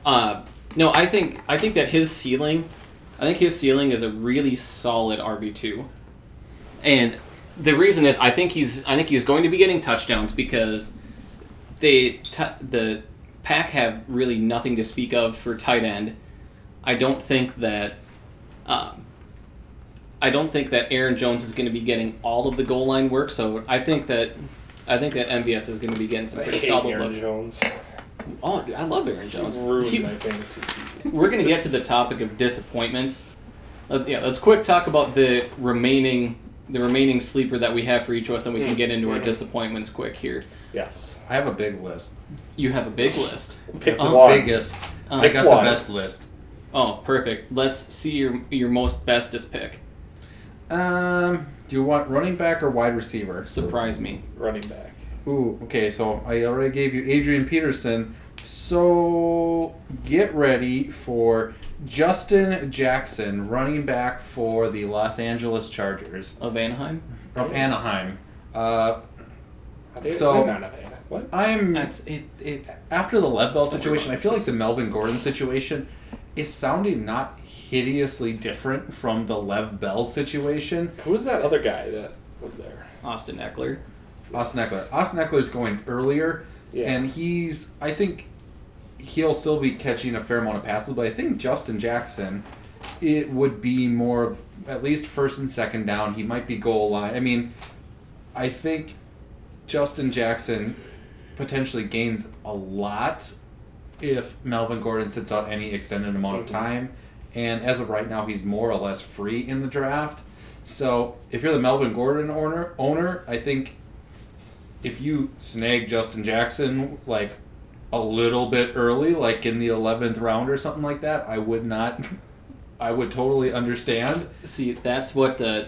[SPEAKER 1] uh, no, I think I think that his ceiling, I think his ceiling is a really solid RB two, and the reason is I think he's I think he's going to be getting touchdowns because they t- the pack have really nothing to speak of for tight end. I don't think that. Um, I don't think that Aaron Jones is going to be getting all of the goal line work, so I think that I think that MVS is going to be getting some
[SPEAKER 2] I
[SPEAKER 1] pretty
[SPEAKER 2] hate
[SPEAKER 1] solid
[SPEAKER 2] Aaron
[SPEAKER 1] looks.
[SPEAKER 2] Jones.
[SPEAKER 1] Oh, dude, I love Aaron Jones.
[SPEAKER 2] Ruined
[SPEAKER 1] He-
[SPEAKER 2] my fantasy season.
[SPEAKER 1] we're going to get to the topic of disappointments. Let's, yeah, let's quick talk about the remaining the remaining sleeper that we have for each of us, and we can get into our
[SPEAKER 2] Mm.
[SPEAKER 1] disappointments quick here.
[SPEAKER 2] Yes.
[SPEAKER 3] I have a big list.
[SPEAKER 1] You have a big list.
[SPEAKER 2] Pick
[SPEAKER 1] Um,
[SPEAKER 2] one.
[SPEAKER 3] Biggest.
[SPEAKER 1] Uh,
[SPEAKER 3] I got
[SPEAKER 2] one.
[SPEAKER 3] the best list.
[SPEAKER 1] oh, perfect. Let's see your your most bestest pick.
[SPEAKER 3] Um, do you want running back or wide receiver?
[SPEAKER 1] Surprise me.
[SPEAKER 2] Running back.
[SPEAKER 3] Ooh, okay, so I already gave you Adrian Peterson. So get ready for Justin Jackson, running back for the Los Angeles Chargers
[SPEAKER 1] Of Anaheim?
[SPEAKER 3] of Anaheim. Uh,
[SPEAKER 2] How did-
[SPEAKER 3] So-
[SPEAKER 2] no, no, no, no. what?
[SPEAKER 3] I'm
[SPEAKER 1] That's it. it
[SPEAKER 3] after the lead bell situation, I feel like the Melvin Gordon situation is sounding not hideously different from the Lev Bell situation.
[SPEAKER 2] Who was that other guy that was there?
[SPEAKER 1] Austin Eckler.
[SPEAKER 3] Austin Eckler. Austin Eckler's going earlier,
[SPEAKER 2] Yeah.
[SPEAKER 3] and he's. I think he'll still be catching a fair amount of passes, but I think Justin Jackson, it would be more of at least first and second down. He might be goal line. I mean, I think Justin Jackson potentially gains a lot if Melvin Gordon sits out any extended amount of
[SPEAKER 2] Mhm.
[SPEAKER 3] time. And as of right now, he's more or less free in the draft. So if you're the Melvin Gordon owner, owner, I think if you snag Justin Jackson like a little bit early, like in the eleventh round or something like that, I would not. <laughs> I would totally understand.
[SPEAKER 1] See, that's what. Uh,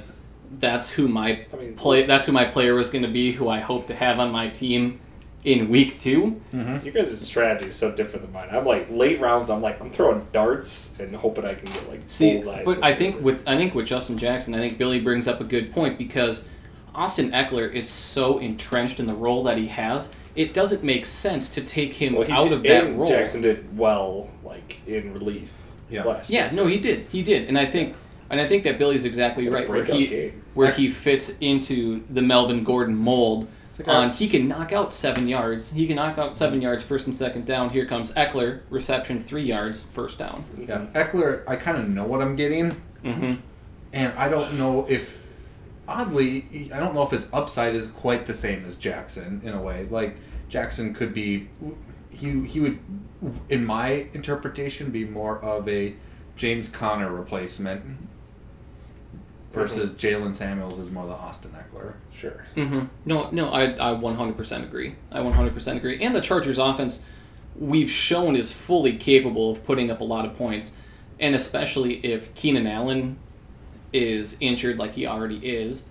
[SPEAKER 1] that's who my
[SPEAKER 2] I mean,
[SPEAKER 1] play. That's who my player was going to be. Who I hope to have on my team in week two.
[SPEAKER 2] You guys' strategy is so different than mine. I'm like late rounds. I'm like I'm throwing darts and hoping I can get like
[SPEAKER 1] See,
[SPEAKER 2] bullseyes
[SPEAKER 1] but
[SPEAKER 2] with
[SPEAKER 1] I
[SPEAKER 2] it.
[SPEAKER 1] think with I think with Justin Jackson, I think Billy brings up a good point because Austin Eckler is so entrenched in the role that he has, it doesn't make sense to take him
[SPEAKER 2] Well, he
[SPEAKER 1] out
[SPEAKER 2] did-
[SPEAKER 1] of that
[SPEAKER 2] and
[SPEAKER 1] role.
[SPEAKER 2] Jackson did well, like in relief.
[SPEAKER 3] Yeah.
[SPEAKER 2] last year.
[SPEAKER 1] Yeah, no, he did, he did, and I think and I think that Billy's exactly
[SPEAKER 2] What a
[SPEAKER 1] right where
[SPEAKER 2] breakout
[SPEAKER 1] he
[SPEAKER 2] game.
[SPEAKER 1] where he fits into the Melvin Gordon mold.
[SPEAKER 3] It's like
[SPEAKER 1] On
[SPEAKER 3] our-
[SPEAKER 1] he can knock out seven yards. He can knock out seven yards first and second down. Here comes Eckler reception three yards first down.
[SPEAKER 3] Yeah, Eckler, I kind of know what I'm getting,
[SPEAKER 1] Mm-hmm.
[SPEAKER 3] and I don't know if, oddly, I don't know if his upside is quite the same as Jackson in a way. Like Jackson could be, he he would, in my interpretation, be more of a James Conner replacement. Versus Jalen Samuels is more the Austin Eckler.
[SPEAKER 2] Sure.
[SPEAKER 1] Mm-hmm. No, no, I, I 100% agree. I 100% agree. And the Chargers' offense, we've shown, is fully capable of putting up a lot of points, and especially if Keenan Allen is injured like he already is.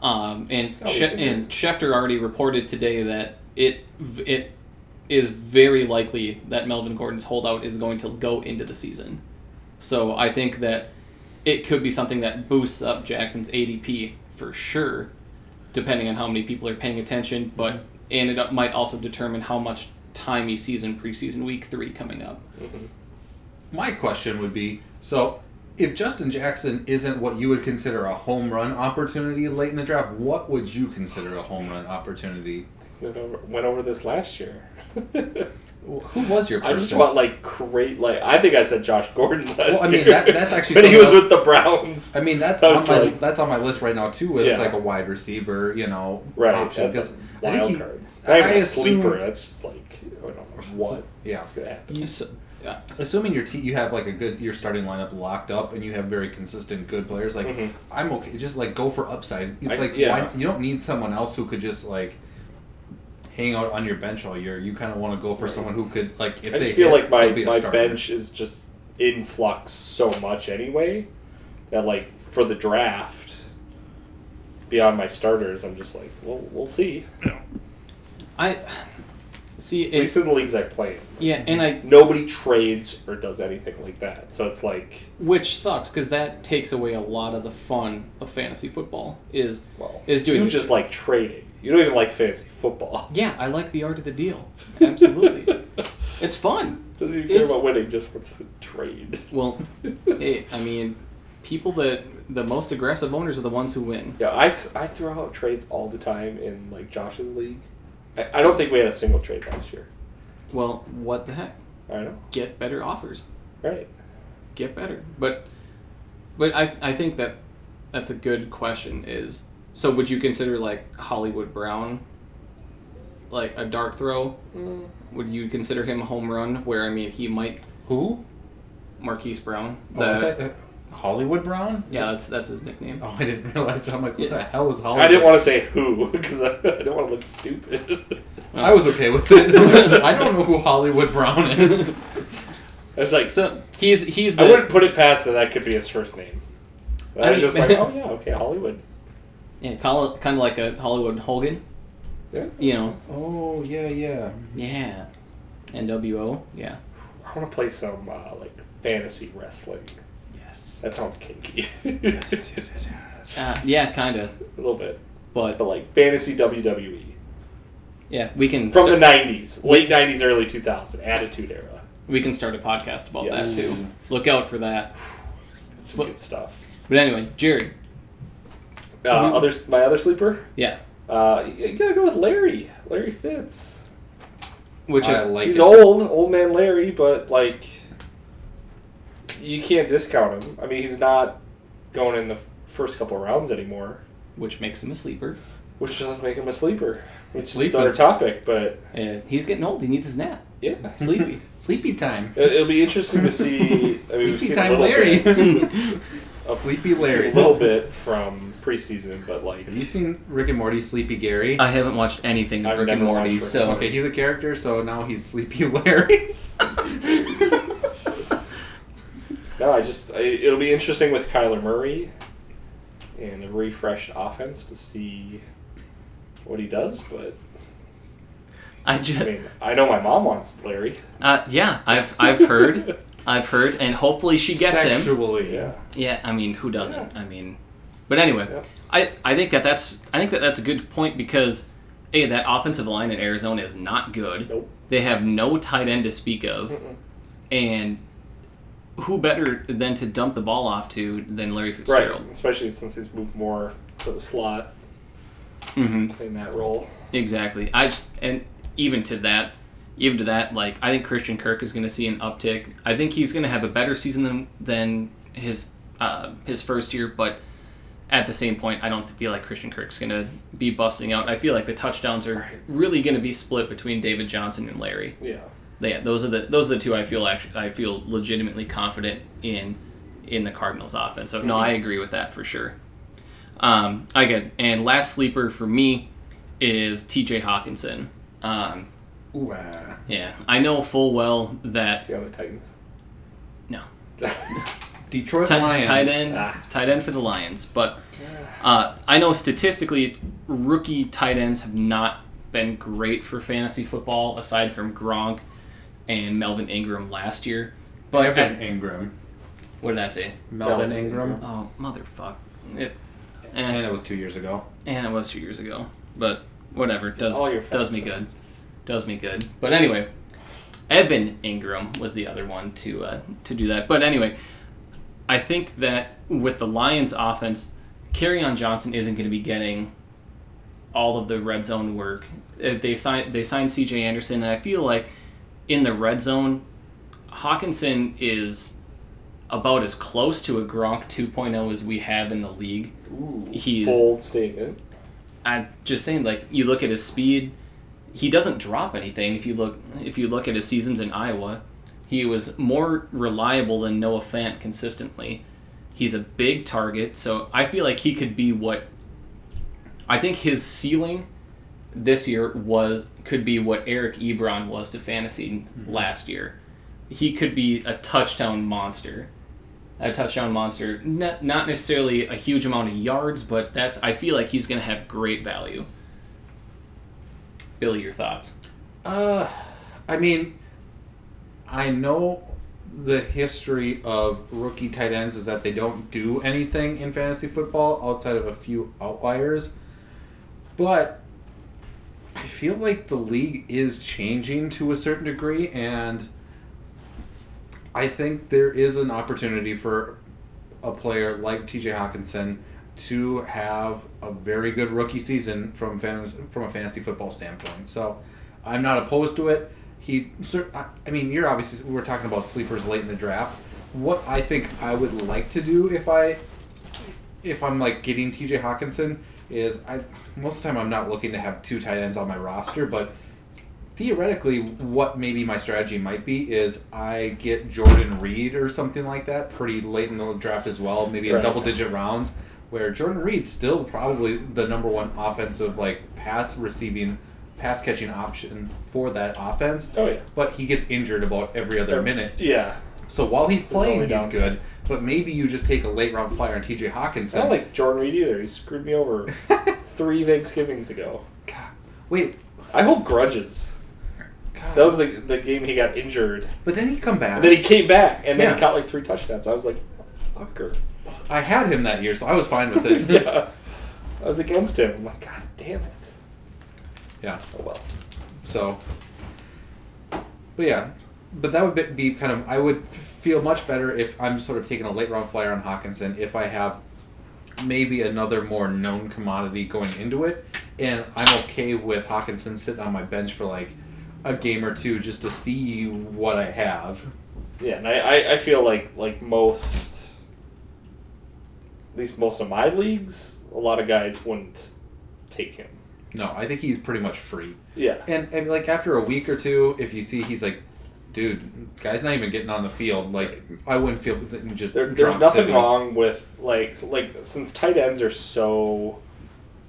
[SPEAKER 1] Um, and
[SPEAKER 2] all we
[SPEAKER 1] she-
[SPEAKER 2] can do.
[SPEAKER 1] and Schefter already reported today that it v- it is very likely that Melvin Gordon's holdout is going to go into the season. So I think that it could be something that boosts up Jackson's ADP for sure, depending on how many people are paying attention. But and it uh, might also determine how much time he sees in preseason week three coming up.
[SPEAKER 3] My question would be so if Justin Jackson isn't what you would consider a home run opportunity late in the draft, what would you consider a home run opportunity?
[SPEAKER 2] Went over, went over this last year. <laughs>
[SPEAKER 3] Who was your
[SPEAKER 2] I
[SPEAKER 3] person?
[SPEAKER 2] just want like great like I think I said Josh Gordon last
[SPEAKER 3] Well, I mean,
[SPEAKER 2] year.
[SPEAKER 3] that-
[SPEAKER 2] <laughs>
[SPEAKER 3] that's actually
[SPEAKER 2] but he
[SPEAKER 3] something
[SPEAKER 2] was
[SPEAKER 3] else-
[SPEAKER 2] with the Browns.
[SPEAKER 3] I mean that's
[SPEAKER 2] I
[SPEAKER 3] on
[SPEAKER 2] was
[SPEAKER 3] my,
[SPEAKER 2] like-
[SPEAKER 3] that's on my list right now too. It's
[SPEAKER 2] Yeah.
[SPEAKER 3] like a wide receiver, you know,
[SPEAKER 2] Right,
[SPEAKER 3] option.
[SPEAKER 2] that's
[SPEAKER 3] 'cause
[SPEAKER 2] a
[SPEAKER 3] Oh, I think
[SPEAKER 2] wild
[SPEAKER 3] he-
[SPEAKER 2] card. Not even
[SPEAKER 3] I
[SPEAKER 2] a sleeper.
[SPEAKER 3] assume-
[SPEAKER 2] That's just like I don't know what
[SPEAKER 3] Yeah,
[SPEAKER 2] that's gonna happen.
[SPEAKER 1] So, uh, yeah.
[SPEAKER 3] assuming your te- you have like a good your starting lineup locked up and you have very consistent good players, like
[SPEAKER 2] Mhm.
[SPEAKER 3] I'm okay. Just like go for upside. It's
[SPEAKER 2] I-
[SPEAKER 3] like
[SPEAKER 2] yeah.
[SPEAKER 3] why, you don't need someone else who could just like hang out on your bench all year. You kind of want to go for
[SPEAKER 2] Right.
[SPEAKER 3] someone who could like if
[SPEAKER 2] I
[SPEAKER 3] they
[SPEAKER 2] just feel
[SPEAKER 3] hit,
[SPEAKER 2] like my,
[SPEAKER 3] they'll be a
[SPEAKER 2] my
[SPEAKER 3] starter.
[SPEAKER 2] bench is just in flux so much anyway that like for the draft beyond my starters, I'm just like, well, we'll see.
[SPEAKER 1] I see
[SPEAKER 2] At least
[SPEAKER 1] it.
[SPEAKER 2] in the leagues I play, in.
[SPEAKER 1] Yeah, and I
[SPEAKER 2] nobody trades or does anything like that. So it's like,
[SPEAKER 1] which sucks because that takes away a lot of the fun of fantasy football. Is
[SPEAKER 2] well,
[SPEAKER 1] Is doing
[SPEAKER 2] you
[SPEAKER 1] this.
[SPEAKER 2] just like trading. You don't even like fantasy football. <laughs>
[SPEAKER 1] yeah, I like the art of the deal. Absolutely, it's fun.
[SPEAKER 2] Doesn't even care
[SPEAKER 1] It's-
[SPEAKER 2] about winning. Just what's the trade?
[SPEAKER 1] Well, hey, I mean, people that the most aggressive owners are the ones who win.
[SPEAKER 2] Yeah, I, th- I throw out trades all the time in like Josh's league. I, I don't think we had a single trade last year.
[SPEAKER 1] Well, what the heck?
[SPEAKER 2] I don't know.
[SPEAKER 1] Get better offers.
[SPEAKER 2] Right.
[SPEAKER 1] get better. But but I I think that that's a good question is so would you consider like Hollywood Brown like a dart throw? Would you consider him a home run where I mean he might
[SPEAKER 3] Who?
[SPEAKER 1] Marquise Brown?
[SPEAKER 3] Oh,
[SPEAKER 1] The,
[SPEAKER 3] I thought- uh, Hollywood Brown?
[SPEAKER 1] yeah, that's that's his nickname.
[SPEAKER 3] Oh, I didn't <laughs> realize. that. I'm like, what the
[SPEAKER 1] Yeah.
[SPEAKER 3] hell is Hollywood?
[SPEAKER 2] I didn't want to say who <laughs> because I, I don't want to look stupid. <laughs>
[SPEAKER 3] I <laughs> was okay with it. I don't know who Hollywood Brown is.
[SPEAKER 2] I was
[SPEAKER 1] <laughs>
[SPEAKER 2] like,
[SPEAKER 1] So he's he's
[SPEAKER 2] I
[SPEAKER 1] the
[SPEAKER 2] wouldn't put it past that that could be his first name. I,
[SPEAKER 1] I
[SPEAKER 2] was
[SPEAKER 1] mean- <laughs>
[SPEAKER 2] just like, oh yeah, okay, Hollywood.
[SPEAKER 1] yeah, kind of like a Hollywood Hogan,
[SPEAKER 2] Yeah.
[SPEAKER 1] you know.
[SPEAKER 3] Oh yeah, yeah.
[SPEAKER 1] Yeah. NWO, yeah.
[SPEAKER 2] I want to play some uh, like fantasy wrestling.
[SPEAKER 1] Yes.
[SPEAKER 2] That sounds kinky.
[SPEAKER 1] Uh, yeah, kind of,
[SPEAKER 2] <laughs> a little bit,
[SPEAKER 1] but
[SPEAKER 2] but like fantasy WWE
[SPEAKER 1] yeah, we can
[SPEAKER 2] from the
[SPEAKER 1] start,
[SPEAKER 2] '90s, late '90s, early 2000, Attitude Era.
[SPEAKER 1] we can start a podcast about
[SPEAKER 2] Yes.
[SPEAKER 1] that too. Look out for that.
[SPEAKER 2] That's some
[SPEAKER 1] What-
[SPEAKER 2] good stuff.
[SPEAKER 1] But anyway, Jared.
[SPEAKER 2] Uh, other, my other sleeper,
[SPEAKER 1] Yeah.
[SPEAKER 2] uh, you, you gotta go with Larry. Larry Fitz.
[SPEAKER 1] Which
[SPEAKER 3] I
[SPEAKER 1] if-
[SPEAKER 3] like
[SPEAKER 2] He's
[SPEAKER 3] it.
[SPEAKER 2] old, old man Larry, but like, you can't discount him. I mean, he's not going in the f- first couple rounds anymore.
[SPEAKER 1] which makes him a sleeper.
[SPEAKER 2] which does make him a sleeper. Which is
[SPEAKER 1] Sleeping.
[SPEAKER 2] another topic, but
[SPEAKER 1] Uh, he's getting old. He needs his nap.
[SPEAKER 2] yeah,
[SPEAKER 1] Sleepy.
[SPEAKER 3] <laughs> Sleepy time.
[SPEAKER 2] it, will be interesting to see. I mean, we've
[SPEAKER 3] Sleepy
[SPEAKER 2] seen a
[SPEAKER 3] time,
[SPEAKER 2] little
[SPEAKER 3] Larry. <laughs>
[SPEAKER 2] bit, Oh,
[SPEAKER 3] Sleepy
[SPEAKER 2] we've seen
[SPEAKER 3] Larry.
[SPEAKER 2] a little bit from preseason, but like
[SPEAKER 3] Have you seen Rick and Morty Sleepy Gary?
[SPEAKER 1] <laughs> I haven't watched anything
[SPEAKER 2] I've
[SPEAKER 1] of Rick and
[SPEAKER 2] never watched
[SPEAKER 1] Morty,
[SPEAKER 2] Rick and
[SPEAKER 1] so
[SPEAKER 3] okay, he's a character, so now he's Sleepy <laughs> Larry.
[SPEAKER 2] no, I just I, it'll be interesting with Kyler Murray and a refreshed offense to see what he does. But
[SPEAKER 1] I
[SPEAKER 2] I
[SPEAKER 1] just
[SPEAKER 2] mean, I know my mom wants Larry.
[SPEAKER 1] uh, yeah, I've I've heard, <laughs> I've heard, and hopefully <laughs> she gets him.
[SPEAKER 3] Sexually.
[SPEAKER 2] Yeah,
[SPEAKER 1] Yeah, I mean, who doesn't?
[SPEAKER 2] Yeah.
[SPEAKER 1] I mean, but anyway,
[SPEAKER 2] Yeah.
[SPEAKER 1] I I think that that's I think that that's a good point because hey, that offensive line in Arizona is not good.
[SPEAKER 2] nope.
[SPEAKER 1] They have no tight end to speak of,
[SPEAKER 2] Mm-mm.
[SPEAKER 1] and who better than to dump the ball off to than Larry
[SPEAKER 2] Right,
[SPEAKER 1] Fitzgerald?
[SPEAKER 2] especially since he's moved more to the slot,
[SPEAKER 1] Mm-hmm.
[SPEAKER 2] playing that role.
[SPEAKER 1] Exactly. I just, and even to that, even to that, like I think Christian Kirk is going to see an uptick. I think he's going to have a better season than than his uh, his first year, but at the same point, I don't feel like Christian Kirk's going to be busting out. I feel like the touchdowns are really going to be split between David Johnson and Larry.
[SPEAKER 2] Yeah,
[SPEAKER 1] Yeah, those are the those are the two I feel actually I feel legitimately confident in in the Cardinals offense. So no, I agree with that for sure. Um, I get and last sleeper for me is T.J. Hawkinson. Um,
[SPEAKER 3] Ooh, ah.
[SPEAKER 1] yeah, I know full well that
[SPEAKER 2] see how the Titans.
[SPEAKER 1] No.
[SPEAKER 3] Detroit
[SPEAKER 1] ti-
[SPEAKER 3] Lions.
[SPEAKER 1] tight end
[SPEAKER 2] Ah.
[SPEAKER 1] tight end for the Lions, but uh, I know statistically rookie tight ends have not been great for fantasy football aside from Gronk and Melvin Ingram last year. But at-
[SPEAKER 3] Melvin Ingram.
[SPEAKER 1] What did I say?
[SPEAKER 3] Melvin
[SPEAKER 2] Melvin
[SPEAKER 3] Ingram.
[SPEAKER 1] Oh, motherfuck. Eh. It,
[SPEAKER 3] And
[SPEAKER 1] and,
[SPEAKER 3] it was two years ago.
[SPEAKER 1] and it was two years ago. But whatever. Does,
[SPEAKER 2] All your
[SPEAKER 1] does
[SPEAKER 2] facts
[SPEAKER 1] me
[SPEAKER 2] are-
[SPEAKER 1] good. Does me good. But anyway, Evan Ingram was the other one to, uh, to do that. But anyway, I think that with the Lions offense, on Johnson isn't going to be getting all of the red zone work. Uh, They signed they signed CJ Anderson, and I feel like in the red zone, Hawkinson is about as close to a Gronk 2.0 as we have in the league.
[SPEAKER 2] Ooh,
[SPEAKER 1] He's-
[SPEAKER 2] bold statement.
[SPEAKER 1] I'm just saying, like you look at his speed, he doesn't drop anything. If you look if you look at his seasons in Iowa, he was more reliable than Noah Fant consistently. He's a big target, so I feel like he could be what I think his ceiling this year was could be what Eric Ebron was to fantasy last year. He could be a touchdown monster.
[SPEAKER 4] a touchdown monster. Not, not necessarily a huge amount of yards, but that's I feel like he's going to have great value. Billy, your thoughts?
[SPEAKER 3] Uh, I mean, I know the history of rookie tight ends is that they don't do anything in fantasy football outside of a few outliers, but I feel like the league is changing to a certain degree, and I think there is an opportunity for a player like TJ Hawkinson to have a very good rookie season from fans, from a fantasy football standpoint. So I'm not opposed to it. He, cer- I- I mean, you're obviously we're talking about sleepers late in the draft. What I think I would like to do if I, if I'm like getting TJ Hawkinson is I most of the time I'm not looking to have two tight ends on my roster, but theoretically, what maybe my strategy might be is I get Jordan Reed or something like that pretty late in the draft as well, maybe in
[SPEAKER 2] Right.
[SPEAKER 3] double digit rounds, where Jordan Reed's still probably the number one offensive like pass receiving, pass catching option for that offense.
[SPEAKER 2] Oh yeah.
[SPEAKER 3] But he gets injured about every other minute.
[SPEAKER 2] Yeah.
[SPEAKER 3] So while
[SPEAKER 2] That's
[SPEAKER 3] he's
[SPEAKER 2] his only
[SPEAKER 3] playing, he's
[SPEAKER 2] downside.
[SPEAKER 3] good. But maybe you just take a late round flyer on TJ
[SPEAKER 2] I
[SPEAKER 3] Hawkinson.
[SPEAKER 2] don't like Jordan Reed either. He screwed me
[SPEAKER 3] <laughs>
[SPEAKER 2] over three Thanksgivings ago.
[SPEAKER 3] God, <laughs> wait.
[SPEAKER 2] I hold grudges.
[SPEAKER 3] God.
[SPEAKER 2] That was the, the game he got injured.
[SPEAKER 3] but then he come back.
[SPEAKER 2] And then he came back and then
[SPEAKER 3] Yeah.
[SPEAKER 2] he caught like three touchdowns. I was like,
[SPEAKER 3] <laughs>
[SPEAKER 2] fucker.
[SPEAKER 3] I had him that year, so I was fine with <laughs> it.
[SPEAKER 2] <laughs> yeah. I was against him. I'm like, God damn it.
[SPEAKER 3] Yeah.
[SPEAKER 2] Oh well.
[SPEAKER 3] So, but yeah, but that would be- be kind of I would feel much better if I'm sort of taking a late round flyer on Hawkinson if I have maybe another more known commodity going into it, and I'm okay with Hawkinson sitting on my bench for like a game or two just to see what I have.
[SPEAKER 2] Yeah, and I, I, I feel like like most at least most of my leagues, a lot of guys wouldn't take him.
[SPEAKER 3] No, I think he's pretty much free.
[SPEAKER 2] Yeah.
[SPEAKER 3] And, and like after a week or two, if you see he's like, dude, guy's not even getting on the field. Like I wouldn't feel just
[SPEAKER 2] There,
[SPEAKER 3] drop
[SPEAKER 2] there's nothing
[SPEAKER 3] sitting
[SPEAKER 2] wrong with like like since tight ends are so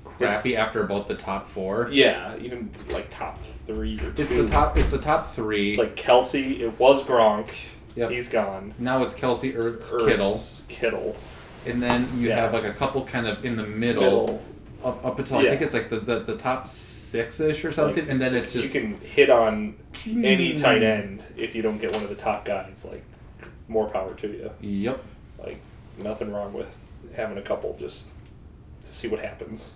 [SPEAKER 3] Crappy after about the top four.
[SPEAKER 2] yeah even like top three or two.
[SPEAKER 3] It's the top. It's the top three.
[SPEAKER 2] It's like Kelsey. It was Gronk.
[SPEAKER 3] Yep.
[SPEAKER 2] He's gone.
[SPEAKER 3] now it's Kelsey Ertz,
[SPEAKER 2] Ertz,
[SPEAKER 3] Kittle,
[SPEAKER 2] Kittle.
[SPEAKER 3] and then you
[SPEAKER 2] Yeah.
[SPEAKER 3] have like a couple kind of in the middle,
[SPEAKER 2] Middle.
[SPEAKER 3] up up until I
[SPEAKER 2] Yeah.
[SPEAKER 3] think it's like the the, the top six ish or
[SPEAKER 2] It's
[SPEAKER 3] something,
[SPEAKER 2] like,
[SPEAKER 3] and then it's
[SPEAKER 2] you
[SPEAKER 3] just Hmm.
[SPEAKER 2] can hit on any tight end if you don't get one of the top guys. Like more power to you.
[SPEAKER 3] yep.
[SPEAKER 2] Like nothing wrong with having a couple just to see what happens.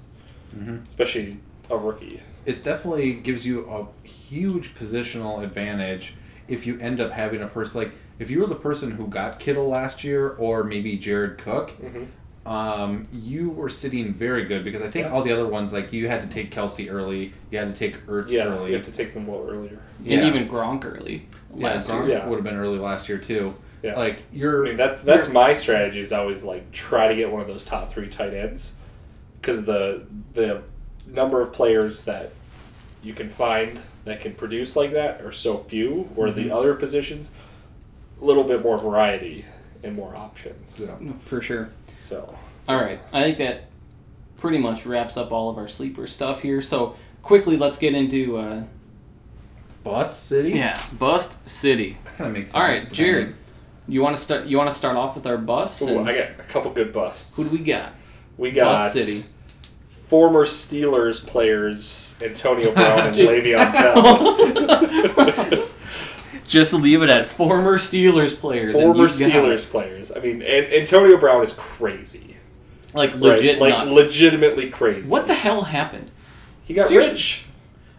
[SPEAKER 3] Mhm.
[SPEAKER 2] Especially a rookie.
[SPEAKER 3] It's definitely gives you a huge positional advantage if you end up having a person like if you were the person who got Kittle last year or maybe Jared Cook.
[SPEAKER 2] Mm-hmm.
[SPEAKER 3] um, you were sitting very good because I think
[SPEAKER 2] Yeah.
[SPEAKER 3] all the other ones like you had to take Kelsey early, you had to take Ertz
[SPEAKER 2] Yeah,
[SPEAKER 3] early,
[SPEAKER 2] you have to take them a little earlier.
[SPEAKER 3] Yeah.
[SPEAKER 1] And even Gronk early last year.
[SPEAKER 2] Yeah.
[SPEAKER 3] would have been early last year too.
[SPEAKER 2] Yeah.
[SPEAKER 3] Like
[SPEAKER 2] I
[SPEAKER 3] you're,
[SPEAKER 2] mean, that's that's my strategy is always like try to get one of those top three tight ends because the the number of players that you can find that can produce like that are so few. Where the other positions, a little bit more variety and more options.
[SPEAKER 3] Yeah.
[SPEAKER 1] For sure.
[SPEAKER 2] So
[SPEAKER 1] All right. I think that pretty much wraps up all of our sleeper stuff here. So quickly, let's get into uh,
[SPEAKER 3] bus city.
[SPEAKER 1] yeah, bust city.
[SPEAKER 3] that kind of makes sense.
[SPEAKER 1] All right,
[SPEAKER 3] to me.
[SPEAKER 1] Jared, you want to start? You want to start off with our busts?
[SPEAKER 2] ooh,
[SPEAKER 1] and
[SPEAKER 2] I got a couple good busts.
[SPEAKER 1] who do we got?
[SPEAKER 2] we got
[SPEAKER 1] Bust City.
[SPEAKER 2] former Steelers players
[SPEAKER 1] <laughs>
[SPEAKER 2] Antonio Brown and
[SPEAKER 1] Dude.
[SPEAKER 2] Le'Veon
[SPEAKER 1] <laughs>
[SPEAKER 2] Bell. <laughs>
[SPEAKER 1] Just leave it at former Steelers players. and
[SPEAKER 2] former
[SPEAKER 1] you got-
[SPEAKER 2] Steelers players. I mean, and Antonio Brown is crazy.
[SPEAKER 1] like legit
[SPEAKER 2] right? like
[SPEAKER 1] nuts.
[SPEAKER 2] legitimately crazy.
[SPEAKER 1] what the hell happened?
[SPEAKER 2] He got
[SPEAKER 1] Seriously.
[SPEAKER 2] rich.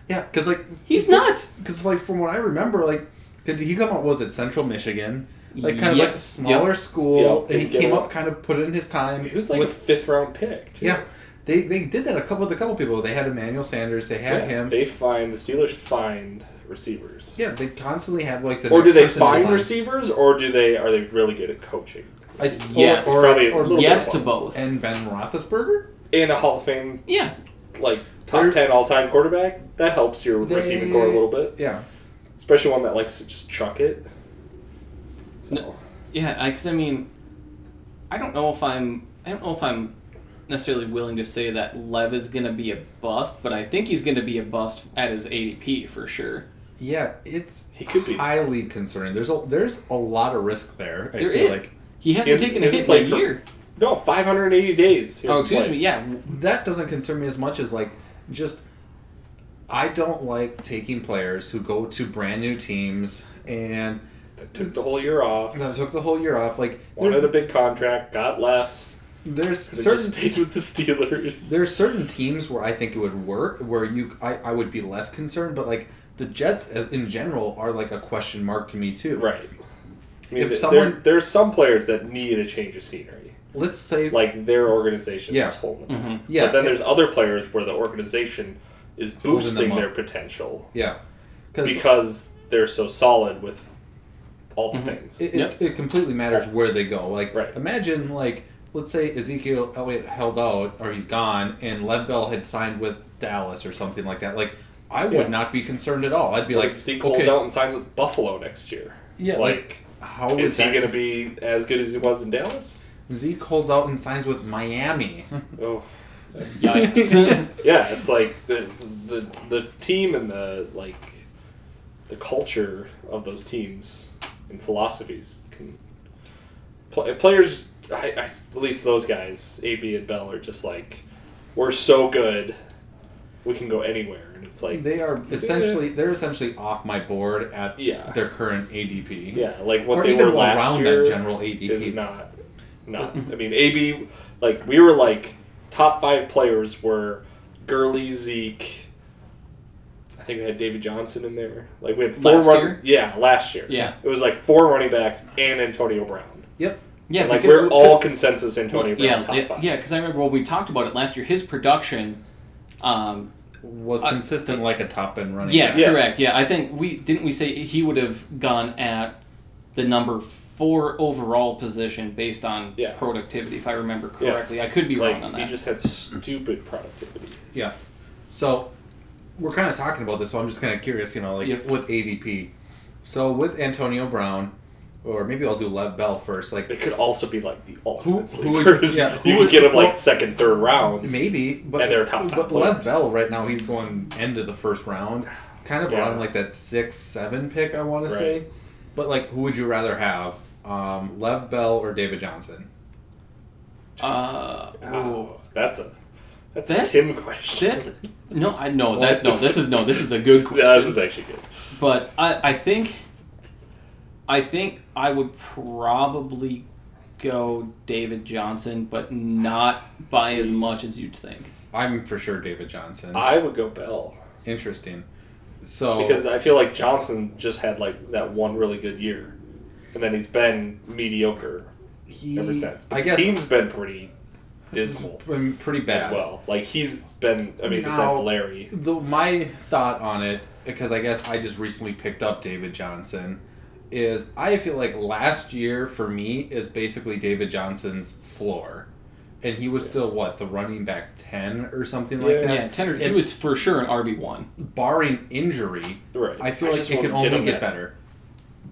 [SPEAKER 3] Yeah, because like
[SPEAKER 1] He's nuts.
[SPEAKER 3] because like from what I remember, like did he come up? Was it Central Michigan? Like kind of like
[SPEAKER 1] Yes.
[SPEAKER 3] smaller school,
[SPEAKER 2] Yep,
[SPEAKER 3] and he
[SPEAKER 2] didn't get
[SPEAKER 3] came
[SPEAKER 2] it.
[SPEAKER 3] up, kind of put in his time.
[SPEAKER 2] He was like a
[SPEAKER 3] with,
[SPEAKER 2] fifth round pick. too.
[SPEAKER 3] yeah. They, they did that a couple with a couple people. They had Emmanuel Sanders. They had
[SPEAKER 2] Yeah,
[SPEAKER 3] him.
[SPEAKER 2] They find the Steelers find receivers.
[SPEAKER 3] yeah, they constantly have like the.
[SPEAKER 2] Or do
[SPEAKER 3] next
[SPEAKER 2] they
[SPEAKER 3] person
[SPEAKER 2] find
[SPEAKER 3] line.
[SPEAKER 2] receivers, or do they are they really good at coaching?
[SPEAKER 3] I-
[SPEAKER 2] receivers?
[SPEAKER 1] yes.
[SPEAKER 2] It's probably a
[SPEAKER 3] Or- or-
[SPEAKER 2] little
[SPEAKER 1] Yes
[SPEAKER 2] bit
[SPEAKER 1] to
[SPEAKER 2] of both.
[SPEAKER 1] both.
[SPEAKER 3] and Ben Roethlisberger.
[SPEAKER 2] And a Hall of Fame
[SPEAKER 1] yeah,
[SPEAKER 2] like top
[SPEAKER 3] They're-
[SPEAKER 2] ten all time quarterback that helps your
[SPEAKER 3] They-
[SPEAKER 2] receiving core a little bit,
[SPEAKER 3] Yeah,
[SPEAKER 2] especially one that likes to just chuck it. So
[SPEAKER 1] No. yeah. Because I mean, I don't know if I'm. I don't know if I'm necessarily willing to say that Lev is going to be a bust, but I think he's going to be a bust at his ADP for sure.
[SPEAKER 3] yeah, it's
[SPEAKER 2] he could be
[SPEAKER 3] highly concerning. There's a there's a lot of risk there. I
[SPEAKER 1] There
[SPEAKER 3] feel
[SPEAKER 1] is.
[SPEAKER 3] like
[SPEAKER 1] He hasn't
[SPEAKER 2] He
[SPEAKER 1] taken a
[SPEAKER 2] hasn't
[SPEAKER 1] hit in a
[SPEAKER 2] played for-
[SPEAKER 1] year.
[SPEAKER 2] No, 580 days. he
[SPEAKER 1] Oh,
[SPEAKER 2] hasn't
[SPEAKER 1] excuse
[SPEAKER 2] played.
[SPEAKER 1] me. Yeah, w-
[SPEAKER 3] that doesn't concern me as much as like just I don't like taking players who go to brand new teams and
[SPEAKER 2] That took the whole year off.
[SPEAKER 3] that took the whole year off. Like there-
[SPEAKER 2] Wanted a big contract, got less.
[SPEAKER 3] there's
[SPEAKER 2] They
[SPEAKER 3] certain
[SPEAKER 2] just stayed with the Steelers.
[SPEAKER 3] there's certain teams where I think it would work where you I, I would be less concerned, but like the Jets as in general are like a question mark to me too.
[SPEAKER 2] right. I mean,
[SPEAKER 3] If
[SPEAKER 2] th-
[SPEAKER 3] someone-
[SPEAKER 2] there, there's some players that need a change of scenery.
[SPEAKER 3] Let's say
[SPEAKER 2] Like their organization
[SPEAKER 3] Yeah.
[SPEAKER 2] is holding them. up.
[SPEAKER 3] yeah
[SPEAKER 2] But then there's other players where the organization is
[SPEAKER 3] them
[SPEAKER 2] boosting
[SPEAKER 3] up.
[SPEAKER 2] their potential
[SPEAKER 3] yeah because
[SPEAKER 2] because they're so solid with all the things.
[SPEAKER 3] It, it-
[SPEAKER 1] Yep.
[SPEAKER 3] it, completely matters where they go. Like,
[SPEAKER 2] Right.
[SPEAKER 3] imagine like let's say Ezekiel Elliott held out or he's gone, and Lev Bell had signed with Dallas or something like that. Like, I would
[SPEAKER 2] Yeah.
[SPEAKER 3] not be concerned at all. I'd be like,
[SPEAKER 2] if Zeke
[SPEAKER 3] okay,
[SPEAKER 2] holds out and signs with Buffalo next year,
[SPEAKER 3] yeah, like,
[SPEAKER 2] like,
[SPEAKER 3] how is,
[SPEAKER 2] is he
[SPEAKER 3] that-
[SPEAKER 2] going to be as good as he was in Dallas?
[SPEAKER 3] Zeke holds out and signs with
[SPEAKER 2] <laughs>
[SPEAKER 3] Miami?
[SPEAKER 2] Oh, that's
[SPEAKER 3] <laughs>
[SPEAKER 1] yikes.
[SPEAKER 2] <laughs> yeah, it's like the the the team and the like the culture of those teams and philosophies can pl- players. I, I, at least those guys, AB and Bell, are just like we're so good, we can go anywhere, and it's like <laughs>
[SPEAKER 3] they are essentially they're essentially off my board at
[SPEAKER 2] Yeah.
[SPEAKER 3] their current ADP.
[SPEAKER 2] yeah, like what
[SPEAKER 3] or
[SPEAKER 2] they
[SPEAKER 3] even
[SPEAKER 2] were
[SPEAKER 3] around
[SPEAKER 2] last year.
[SPEAKER 3] that general ADP.
[SPEAKER 2] is not not. I mean, AB, like we were like top five players were Gurley, Zeke. I think we had David Johnson in there. Like we had four
[SPEAKER 1] Last
[SPEAKER 2] run-
[SPEAKER 1] year?
[SPEAKER 2] Yeah, last year.
[SPEAKER 1] Yeah.
[SPEAKER 2] it was like four running backs and Antonio Brown.
[SPEAKER 3] Yep.
[SPEAKER 1] yeah,
[SPEAKER 2] like
[SPEAKER 1] because-
[SPEAKER 2] we're all consensus Antonio Brown
[SPEAKER 1] yeah,
[SPEAKER 2] top
[SPEAKER 1] yeah,
[SPEAKER 2] five.
[SPEAKER 1] yeah. Because I remember when we talked about it last year, his production. Um,
[SPEAKER 3] Was
[SPEAKER 1] Uh,
[SPEAKER 3] consistent like a top end running.
[SPEAKER 1] yeah,
[SPEAKER 3] back.
[SPEAKER 2] Yeah.
[SPEAKER 1] correct. Yeah, I think we didn't we say he would have gone at the number four overall position based on
[SPEAKER 2] Yeah.
[SPEAKER 1] productivity, if I remember
[SPEAKER 2] Yeah.
[SPEAKER 1] correctly. I could be wrong on
[SPEAKER 2] Like he
[SPEAKER 1] that.
[SPEAKER 2] just had stupid productivity.
[SPEAKER 3] Yeah. So we're kind of talking about this, so I'm just kind of curious, you know, like
[SPEAKER 1] Yep.
[SPEAKER 3] with ADP. So with Antonio Brown, or maybe I'll do Lev Bell first.
[SPEAKER 2] They
[SPEAKER 3] Like
[SPEAKER 2] could also be like the ultimate
[SPEAKER 3] who would-
[SPEAKER 2] sleepers.
[SPEAKER 3] yeah,
[SPEAKER 2] <laughs>
[SPEAKER 3] who
[SPEAKER 2] you
[SPEAKER 3] would-
[SPEAKER 2] could get them like
[SPEAKER 3] well,
[SPEAKER 2] second, third rounds.
[SPEAKER 3] maybe, but
[SPEAKER 2] And they're top five
[SPEAKER 3] but Lev
[SPEAKER 2] players.
[SPEAKER 3] Bell right now he's going end of the first round, kind of
[SPEAKER 2] Yeah.
[SPEAKER 3] around like that six seven pick I want to
[SPEAKER 2] Right.
[SPEAKER 3] say. But like, who would you rather have, um, Lev Bell or David Johnson?
[SPEAKER 1] uh,
[SPEAKER 2] Ah.
[SPEAKER 1] ooh.
[SPEAKER 2] Wow, that's a that's,
[SPEAKER 1] That's-
[SPEAKER 2] a Tim question.
[SPEAKER 1] That's no, I no that no. This is no. This is a good question.
[SPEAKER 2] <laughs> yeah, this is actually good.
[SPEAKER 1] But I, I think, I think I would probably go David Johnson, but not by as much as you'd think.
[SPEAKER 3] I'm for sure David Johnson.
[SPEAKER 2] I would go Bell
[SPEAKER 3] Interesting. So
[SPEAKER 2] because I feel like Johnson just had like that one really good year, and then he's been mediocre
[SPEAKER 3] he,
[SPEAKER 2] ever since. But
[SPEAKER 3] I
[SPEAKER 2] the
[SPEAKER 3] guess,
[SPEAKER 2] team's been pretty dismal
[SPEAKER 3] I'm pretty bad.
[SPEAKER 2] as well. Like he's been. I mean,
[SPEAKER 3] Now-
[SPEAKER 2] besides Larry,
[SPEAKER 3] The, my thought on it, because I guess I just recently picked up David Johnson, is I feel like last year for me is basically David Johnson's floor. And he was still, what, the running back 10 or something like
[SPEAKER 2] Yeah.
[SPEAKER 3] that?
[SPEAKER 1] Yeah, Tanner, he
[SPEAKER 3] And-
[SPEAKER 1] was for sure an RB one.
[SPEAKER 3] Barring injury,
[SPEAKER 2] right?
[SPEAKER 3] I feel like
[SPEAKER 2] just
[SPEAKER 3] it can
[SPEAKER 2] wouldn't
[SPEAKER 3] only
[SPEAKER 2] him
[SPEAKER 3] get
[SPEAKER 2] that-
[SPEAKER 3] better.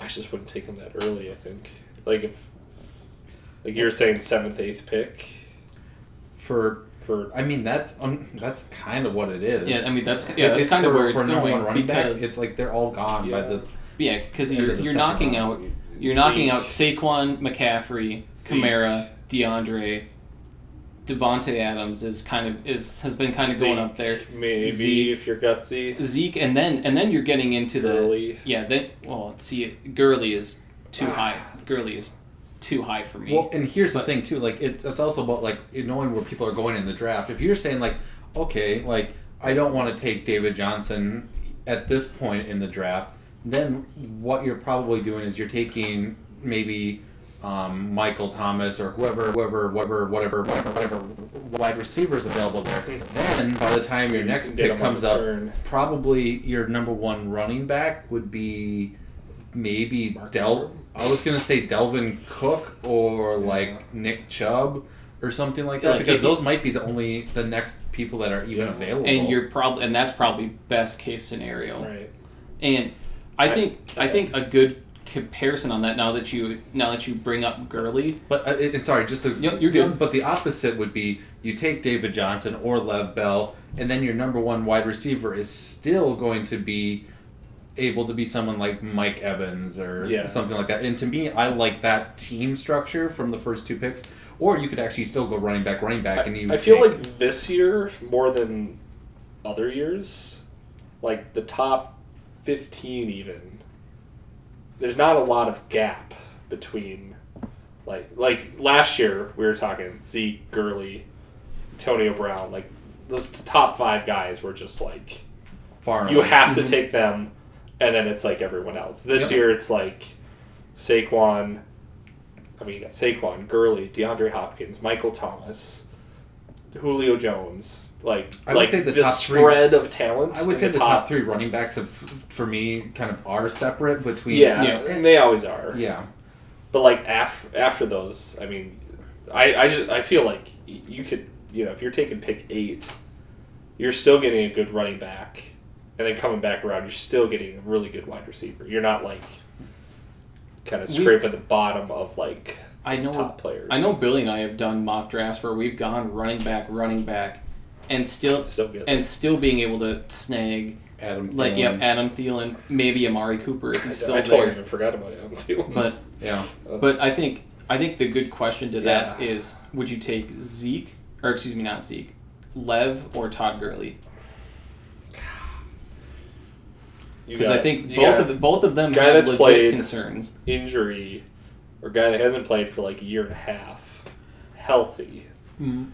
[SPEAKER 2] I just wouldn't take him that early. I think like if like you were saying seventh, eighth pick
[SPEAKER 3] For,
[SPEAKER 2] for
[SPEAKER 3] I mean, that's um, that's kind of what it is.
[SPEAKER 1] Yeah, I mean that's yeah, that's
[SPEAKER 3] It-
[SPEAKER 1] kind of
[SPEAKER 3] for-
[SPEAKER 1] where it's
[SPEAKER 3] for number
[SPEAKER 1] going
[SPEAKER 3] one running back,
[SPEAKER 1] because
[SPEAKER 3] it's like they're all gone by
[SPEAKER 2] Yeah.
[SPEAKER 3] the.
[SPEAKER 1] yeah, because
[SPEAKER 3] end
[SPEAKER 1] you're
[SPEAKER 3] of the
[SPEAKER 1] you're
[SPEAKER 3] second
[SPEAKER 1] knocking
[SPEAKER 3] round.
[SPEAKER 1] out You're knocking
[SPEAKER 2] Zeke.
[SPEAKER 1] out Saquon, McCaffrey,
[SPEAKER 2] Zeke.
[SPEAKER 1] Kamara, DeAndre, Devonte Adams is kind of is has been kind of going up there.
[SPEAKER 2] Maybe
[SPEAKER 1] Zeke.
[SPEAKER 2] if you're gutsy,
[SPEAKER 1] Zeke, and then and then you're getting into
[SPEAKER 2] Gurley. Ah.
[SPEAKER 1] the yeah. Then well, see, Gurley is too high. Gurley is too high for me.
[SPEAKER 3] Well, and here's the thing too. Like it's, it's also about like knowing where people are going in the draft. If you're saying like, okay, like I don't want to take David Johnson at this point in the draft, then what you're probably doing is you're taking maybe um, Michael Thomas or whoever, whoever, whatever, whatever, whatever, whatever wide receivers available there. Then by the time your next
[SPEAKER 2] Get him
[SPEAKER 3] pick
[SPEAKER 2] on
[SPEAKER 3] comes
[SPEAKER 2] the
[SPEAKER 3] up,
[SPEAKER 2] turn.
[SPEAKER 3] probably your number one running back would be maybe Del. I was gonna say Delvin Cook or like Nick Chubb or something like that
[SPEAKER 1] Like,
[SPEAKER 3] because
[SPEAKER 1] if you-
[SPEAKER 3] those might be the only the next people that are even available.
[SPEAKER 1] and you're probably and that's probably best case scenario.
[SPEAKER 2] right?
[SPEAKER 1] And I
[SPEAKER 2] I-
[SPEAKER 1] think I think a good comparison on that now that you now that you bring up Gurley,
[SPEAKER 3] but uh, it, it- sorry, just to,
[SPEAKER 1] Yeah, you're good.
[SPEAKER 3] But the opposite would be you take David Johnson or Lev Bell, and then your number one wide receiver is still going to be able to be someone like Mike Evans or
[SPEAKER 2] Yeah.
[SPEAKER 3] something like that. And to me, I like that team structure from the first two picks. Or you could actually still go running back, running back, and you.
[SPEAKER 2] I, I feel
[SPEAKER 3] take-
[SPEAKER 2] like this year more than other years, like the top fifteen even. There's not a lot of gap between, like like last year we were talking Zeke Gurley, Antonio Brown, like those t- top five guys were just like
[SPEAKER 3] far
[SPEAKER 2] you
[SPEAKER 3] away.
[SPEAKER 2] have to take them, and then it's like everyone else. This
[SPEAKER 3] Yep.
[SPEAKER 2] year it's like Saquon. I mean, you got Saquon, Gurley, DeAndre Hopkins, Michael Thomas, Julio Jones. Like,
[SPEAKER 3] I would
[SPEAKER 2] like
[SPEAKER 3] say the
[SPEAKER 2] this
[SPEAKER 3] top three-
[SPEAKER 2] spread of talent.
[SPEAKER 3] I would
[SPEAKER 2] in
[SPEAKER 3] say the, top, three running backs have, for me, kind of are separate between.
[SPEAKER 2] Yeah,
[SPEAKER 1] Yeah.
[SPEAKER 2] and they always are.
[SPEAKER 3] Yeah.
[SPEAKER 2] But like af- after those, I mean, I I just I feel like y- you could you know if you're taking pick eight, you're still getting a good running back, and then coming back around, you're still getting a really good wide receiver. You're not like kind of
[SPEAKER 1] We-
[SPEAKER 2] scraping the bottom of like
[SPEAKER 1] I
[SPEAKER 2] these
[SPEAKER 1] know-
[SPEAKER 2] top players.
[SPEAKER 1] I know Billy and I have done mock drafts where we've gone running back, running back, and still
[SPEAKER 2] it's so good.
[SPEAKER 1] and still being able to snag
[SPEAKER 3] Adam.
[SPEAKER 1] like
[SPEAKER 3] Thielen.
[SPEAKER 1] yep Adam Thielen, maybe Amari Cooper if
[SPEAKER 2] I,
[SPEAKER 1] he's still
[SPEAKER 2] I totally
[SPEAKER 1] there.
[SPEAKER 2] even forgot about Adam Thielen.
[SPEAKER 1] But
[SPEAKER 3] Yeah.
[SPEAKER 1] but I think I think the good question to that
[SPEAKER 2] Yeah.
[SPEAKER 1] is would you take Zeke or excuse me not Zeke, Lev or Todd Gurley?
[SPEAKER 2] <laughs> You
[SPEAKER 1] Because I
[SPEAKER 2] got-
[SPEAKER 1] think
[SPEAKER 2] you
[SPEAKER 1] both
[SPEAKER 2] got
[SPEAKER 1] of the- both of them
[SPEAKER 2] guy
[SPEAKER 1] have
[SPEAKER 2] that's
[SPEAKER 1] legit
[SPEAKER 2] played-
[SPEAKER 1] concerns.
[SPEAKER 2] injury or guy that hasn't played for like a year and a half, healthy, new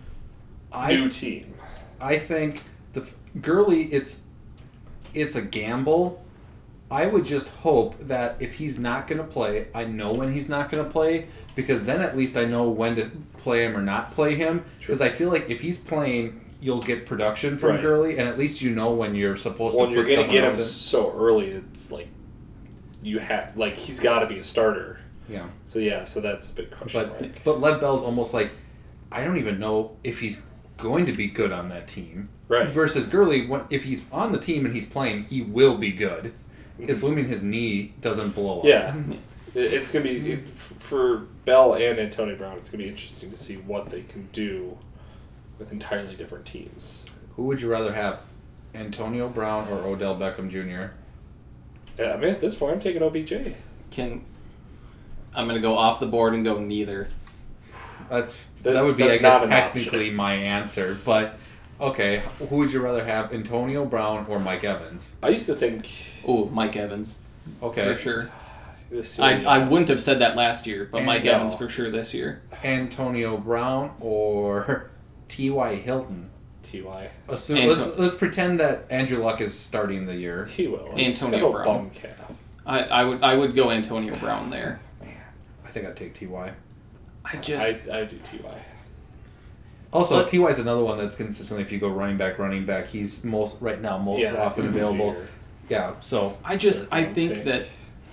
[SPEAKER 3] I,
[SPEAKER 2] team.
[SPEAKER 3] I think the f- Gurley, it's it's a gamble. I would just hope that if he's not going to play, I know when he's not going to play because then at least I know when to play him or not play him. Because I feel like if he's playing, you'll get production from
[SPEAKER 2] Right.
[SPEAKER 3] Gurley, and at least you know when you're supposed
[SPEAKER 2] Well,
[SPEAKER 3] to
[SPEAKER 2] you're
[SPEAKER 3] put
[SPEAKER 2] gonna
[SPEAKER 3] someone
[SPEAKER 2] get him
[SPEAKER 3] else
[SPEAKER 2] so early. It's like you have like he's got to be a starter.
[SPEAKER 3] in. Yeah.
[SPEAKER 2] So yeah, so that's a big question
[SPEAKER 3] But
[SPEAKER 2] mark.
[SPEAKER 3] but Lev Bell's almost like I don't even know if he's going to be good on that team.
[SPEAKER 2] Right.
[SPEAKER 3] Versus Gurley, when, if he's on the team and he's playing, he will be good, assuming his knee doesn't blow up.
[SPEAKER 2] Mm-hmm.
[SPEAKER 3] <laughs>
[SPEAKER 2] Yeah, It- it's gonna be it, f- for Bell and Antonio Brown. It's gonna be interesting to see what they can do with entirely different teams.
[SPEAKER 3] Who would you rather have, Antonio Brown or Odell Beckham Jr.?
[SPEAKER 2] Yeah, I mean, at this point, I'm taking OBJ.
[SPEAKER 1] Can I'm gonna go off the board and go neither.
[SPEAKER 3] That's
[SPEAKER 2] That-
[SPEAKER 3] that, would be, I
[SPEAKER 2] that's not
[SPEAKER 3] guess,
[SPEAKER 2] an
[SPEAKER 3] technically my answer. But okay, who would you rather have, Antonio Brown or Mike Evans?
[SPEAKER 2] I used to think
[SPEAKER 1] Oh, Mike Evans
[SPEAKER 3] Okay,
[SPEAKER 1] for sure.
[SPEAKER 2] this year.
[SPEAKER 1] I, I wouldn't have said that last year, but
[SPEAKER 3] And
[SPEAKER 1] Mike
[SPEAKER 2] no.
[SPEAKER 1] Evans for sure this year.
[SPEAKER 3] Antonio Brown or <laughs> T.Y. Hilton.
[SPEAKER 2] Ty.
[SPEAKER 3] Assume,
[SPEAKER 1] Anto-
[SPEAKER 3] let's, let's pretend that Andrew Luck is starting the year.
[SPEAKER 2] He will. He's
[SPEAKER 1] Antonio
[SPEAKER 2] got a
[SPEAKER 1] Brown.
[SPEAKER 2] Bum cap.
[SPEAKER 1] I, I would I would go Antonio Brown there.
[SPEAKER 3] I think I'd take Ty.
[SPEAKER 1] I just
[SPEAKER 2] I, I do Ty.
[SPEAKER 3] Also,
[SPEAKER 1] But-
[SPEAKER 3] Ty is another one that's consistently. If you go running back, running back, he's most right now most
[SPEAKER 2] Yeah,
[SPEAKER 3] often
[SPEAKER 2] he's
[SPEAKER 3] available.
[SPEAKER 2] easier.
[SPEAKER 3] Yeah.
[SPEAKER 2] <laughs>
[SPEAKER 3] So
[SPEAKER 1] I just I
[SPEAKER 2] Third
[SPEAKER 1] think
[SPEAKER 2] round
[SPEAKER 1] that